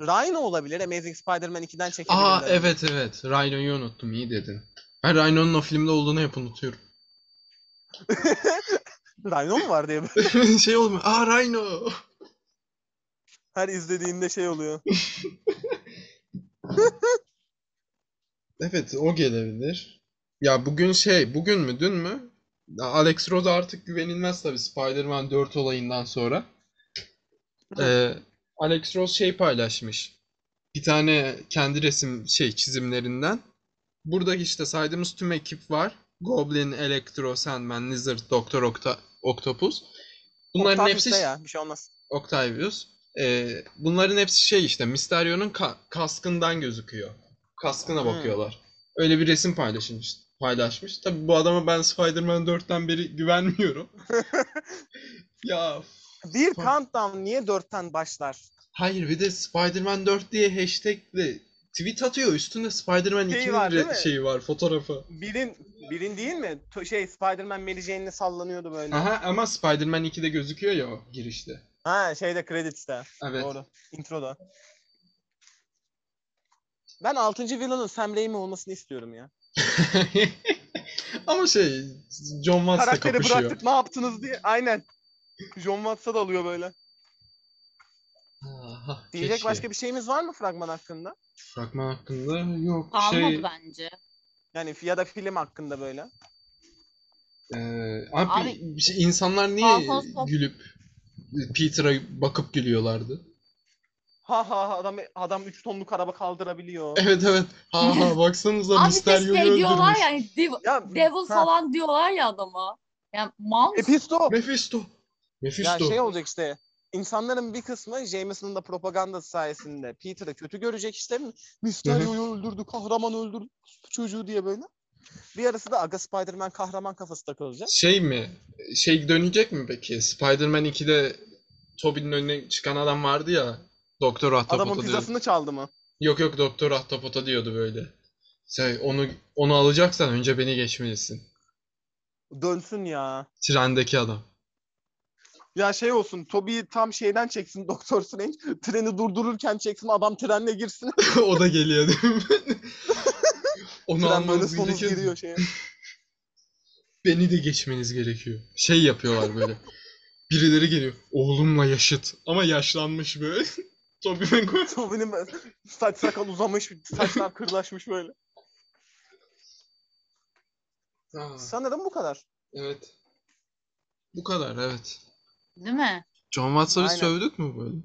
Speaker 1: Rhino olabilir. Amazing Spider-Man 2'den çekebilirler.
Speaker 2: Aa evet evet. Rhino'yu unuttum. iyi dedin. Ben Rhino'nun o filmde olduğunu hep unutuyorum.
Speaker 1: Rhino mu var diye böyle
Speaker 2: şey olmuyor. Aa Rhino.
Speaker 1: her izlediğinde şey oluyor.
Speaker 2: Evet o gelebilir. Ya bugün şey, bugün mü dün mü? Alex Ross artık güvenilmez tabii Spider-Man 4 olayından sonra. Ee, Alex Ross şey paylaşmış. Bir tane kendi resim şey çizimlerinden. Burada işte saydığımız tüm ekip var. Goblin, Electro, Sandman, Lizard, Doktor Octa- Octopus. Bunların
Speaker 1: Octavius'ta
Speaker 2: hepsi
Speaker 1: ya bir şey olmaz.
Speaker 2: Octavius. Ee, bunların hepsi şey işte Mysterio'nun ka- kaskından gözüküyor. Kaskına
Speaker 1: Hmm.
Speaker 2: bakıyorlar. Öyle bir resim paylaşmış. paylaşmış. Tabii bu adama ben Spider-Man 4'ten beri güvenmiyorum. ya
Speaker 1: Bir
Speaker 2: Son-
Speaker 1: countdown niye dörtten başlar?
Speaker 2: hayır bir de Spider-Man 4 diye hashtagli tweet atıyor. Üstünde Spider-Man
Speaker 1: Şeyi
Speaker 2: 2'nin
Speaker 1: Şey var, değil mi?
Speaker 2: şeyi var fotoğrafı.
Speaker 1: Birin, birin değil mi? To- şey Spider-Man Mary Jane'le sallanıyordu böyle.
Speaker 2: Aha ama Spider-Man 2'de gözüküyor ya o girişte.
Speaker 1: Ha şeyde credits'te.
Speaker 2: Evet.
Speaker 1: Doğru. Introda. Ben 6. villain'ın Sam Raimi olmasını istiyorum ya.
Speaker 2: ama şey John Watts'la
Speaker 1: Karakteri
Speaker 2: kapışıyor.
Speaker 1: bıraktık ne yaptınız diye. Aynen. John Watts'a da alıyor böyle.
Speaker 2: Aha,
Speaker 1: Diyecek
Speaker 2: keşke.
Speaker 1: başka bir şeyimiz var mı fragman hakkında?
Speaker 2: Fragman hakkında yok.
Speaker 3: Kalmadı
Speaker 2: şey,
Speaker 3: bence.
Speaker 1: Yani fi- ya da film hakkında böyle.
Speaker 2: eee, abi,
Speaker 3: Abi-
Speaker 2: bir şey- insanlar niye
Speaker 3: Kalkos-
Speaker 2: gülüp Peter'a bakıp gülüyorlardı?
Speaker 1: Ha ha ha, adam adam 3 tonluk araba kaldırabiliyor.
Speaker 2: Evet evet. Ha ha baksanıza
Speaker 3: Abi bir de
Speaker 2: Mysterio'yu
Speaker 3: şey diyorlar
Speaker 2: öldürmüş.
Speaker 3: ya hani Dev-
Speaker 1: Ya
Speaker 3: Devil
Speaker 1: ha, E,
Speaker 3: falan diyorlar ya adama. Yani mal mısın?
Speaker 1: Mephisto.
Speaker 2: Mephisto.
Speaker 1: Ya
Speaker 2: Mephisto.
Speaker 1: şey olacak işte. İnsanların bir kısmı Jameson'ın da propagandası sayesinde Peter'ı kötü görecek işte. Mysterio'yu öldürdü, kahraman öldürdü, çocuğu diye böyle. Bir arası da Aga Spider-Man kahraman kafası takılacak.
Speaker 2: Şey mi? Şey dönecek mi peki? Spider-Man 2'de Tobey'nin önüne çıkan adam vardı ya. Doktor
Speaker 1: Adamın
Speaker 2: Ahtapot'a diyordu.
Speaker 1: pizzasını çaldı mı?
Speaker 2: Yok yok Doktor Ahtapot'a diyordu böyle. Sen onu onu alacaksan önce beni geçmelisin.
Speaker 1: Dönsün ya.
Speaker 2: Trendeki adam.
Speaker 1: Ya şey olsun Toby'yi tam şeyden çeksin Doktor Strange. Treni durdururken çeksin adam trenle girsin.
Speaker 2: O da geliyor değil mi? Onu
Speaker 1: Tren böyle
Speaker 2: almanız
Speaker 1: sonuz
Speaker 2: gerekiyor.
Speaker 1: giriyor şeye.
Speaker 2: Beni de geçmeniz gerekiyor. Şey yapıyorlar böyle. Birileri geliyor. Oğlumla yaşıt. Ama yaşlanmış böyle. Tobey Maguire.
Speaker 1: Toby'nin böyle saç sakal uzamış, saçlar kırlaşmış böyle.
Speaker 2: Aa,
Speaker 1: Sanırım bu kadar.
Speaker 2: evet. Bu kadar evet.
Speaker 3: Değil mi?
Speaker 2: John Wattson'ı
Speaker 1: Aynen.
Speaker 2: sövdük mü böyle?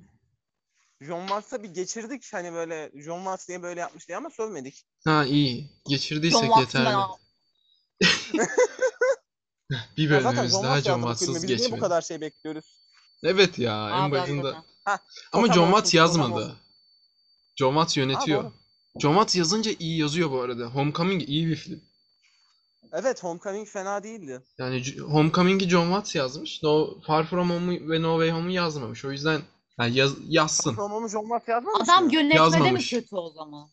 Speaker 1: John Watts'a bir geçirdik hani böyle John Watts diye böyle yapmış diye ama sövmedik.
Speaker 2: Ha iyi. Geçirdiysek
Speaker 3: John Watson ben
Speaker 2: yeterli.
Speaker 3: al-
Speaker 2: Bir
Speaker 1: Ya zaten
Speaker 2: bölümümüz
Speaker 1: John
Speaker 2: daha
Speaker 1: Watts
Speaker 2: John
Speaker 1: yazdı bu filmi.
Speaker 2: Watts'ız
Speaker 1: Biz niye bu
Speaker 2: geçmedi.
Speaker 1: kadar şey bekliyoruz?
Speaker 2: Evet ya en
Speaker 3: Abi,
Speaker 2: başında.
Speaker 3: hakikaten.
Speaker 2: Ama
Speaker 1: Totem
Speaker 2: John
Speaker 1: olsun,
Speaker 2: Watt
Speaker 1: totem
Speaker 2: yazmadı.
Speaker 1: olsun.
Speaker 2: John Watts yönetiyor.
Speaker 1: doğru.
Speaker 2: John Watts yazınca iyi yazıyor bu arada. Homecoming iyi bir film.
Speaker 1: Evet Homecoming fena değildi.
Speaker 2: Yani C- Homecoming'i John Watts yazmış. No Far From Home'u ve No Way Home'u yazmamış. O yüzden yani yaz- yazsın.
Speaker 1: Roma'mı John Watts yazmamış
Speaker 3: Adam
Speaker 1: mı?
Speaker 3: yönetmede
Speaker 2: Yazmamış.
Speaker 3: mi kötü o zaman?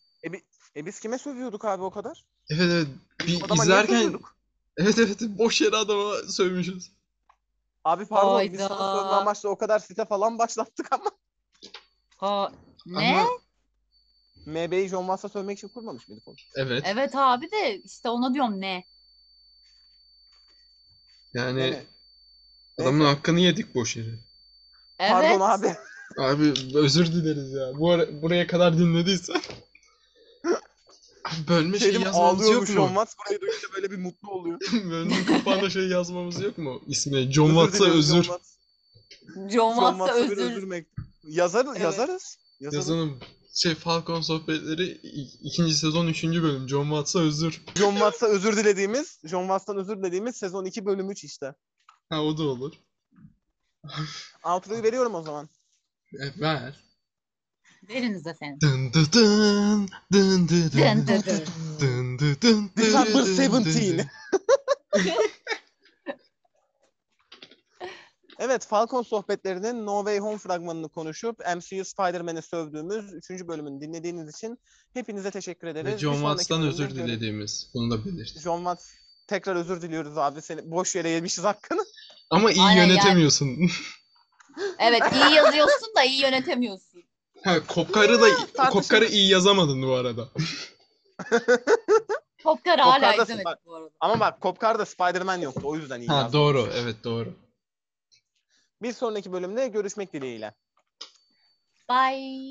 Speaker 1: E biz kime sövüyorduk abi o kadar?
Speaker 2: Evet evet. Bir
Speaker 1: Adama niye
Speaker 2: izlerken
Speaker 1: sövüyorduk?
Speaker 2: evet evet boş yere adama sövmüşüz.
Speaker 1: Abi pardon biz
Speaker 3: Hayda.
Speaker 1: sana sövme amaçlı o kadar site falan başlattık ama.
Speaker 3: Ha, ne?
Speaker 2: Ama
Speaker 1: MB'yi John Watts'a sövmek için kurmamış mıydık onu?
Speaker 2: evet.
Speaker 3: Evet abi de işte ona diyorum ne?
Speaker 2: Yani
Speaker 1: Evet.
Speaker 2: adamın hakkını yedik boş yere.
Speaker 3: Evet.
Speaker 1: Pardon abi.
Speaker 2: Abi özür dileriz ya. Bu ara- buraya kadar dinlediysen. Abi Bölme şey
Speaker 1: Kerim
Speaker 2: yazmamız yok
Speaker 1: ağlıyormuş John
Speaker 2: mu?
Speaker 1: Watts burayı duyunca böyle bir mutlu oluyor.
Speaker 2: Bölümün kapağında şey yazmamız yok mu? İsmine John
Speaker 1: Özür
Speaker 2: Watts'a
Speaker 1: diliyoruz John
Speaker 2: özür.
Speaker 1: Watts.
Speaker 3: John
Speaker 1: John
Speaker 3: Watts'a
Speaker 1: Watts'a bir
Speaker 3: özür.
Speaker 1: özür mektubu. Yazar,
Speaker 3: Evet.
Speaker 1: Yazarız. Yazarız.
Speaker 2: Yazalım. Şey Falcon sohbetleri i- ikinci sezon 3. bölüm. John Watts'a özür.
Speaker 1: John Watts'a özür dilediğimiz, John Watts'tan özür dilediğimiz sezon 2 bölüm 3 işte.
Speaker 2: Ha o da olur.
Speaker 1: Outro'yu veriyorum o zaman.
Speaker 2: E, ver.
Speaker 3: Verinize senin.
Speaker 2: Dın dı dın. Dın dı dın.
Speaker 3: Dın dı dın.
Speaker 2: Dın dı dın. dı
Speaker 1: December
Speaker 2: dın dı
Speaker 1: 17.
Speaker 2: dın.
Speaker 1: Evet, Falcon sohbetlerinin No Way Home fragmanını konuşup MCU Spider-Man'i sövdüğümüz 3. bölümünü dinlediğiniz için hepinize teşekkür ederiz.
Speaker 2: Ve
Speaker 1: Bir
Speaker 2: John
Speaker 1: sonraki
Speaker 2: Watts'tan
Speaker 1: bölümde
Speaker 2: özür
Speaker 1: görüş-
Speaker 2: dilediğimiz. Bunu da belirt.
Speaker 1: John Watts tekrar özür diliyoruz abi. Seni boş yere yemişiz hakkını.
Speaker 2: Ama iyi
Speaker 3: Aynen, yani-
Speaker 2: yönetemiyorsun.
Speaker 3: Evet iyi yazıyorsun da iyi yönetemiyorsun.
Speaker 2: ha, Kopkar'ı da
Speaker 1: tartışılır.
Speaker 2: Kopkar'ı iyi yazamadın bu arada.
Speaker 3: Topkar hala
Speaker 1: Topkar'dasın
Speaker 3: izlemedik
Speaker 1: bak.
Speaker 3: bu arada.
Speaker 1: Ama bak Kopkar'da Spider-Man yoktu. O yüzden iyi
Speaker 2: Ha
Speaker 1: yazdım.
Speaker 2: doğru. Evet doğru.
Speaker 1: Bir sonraki bölümde görüşmek dileğiyle.
Speaker 3: Bye.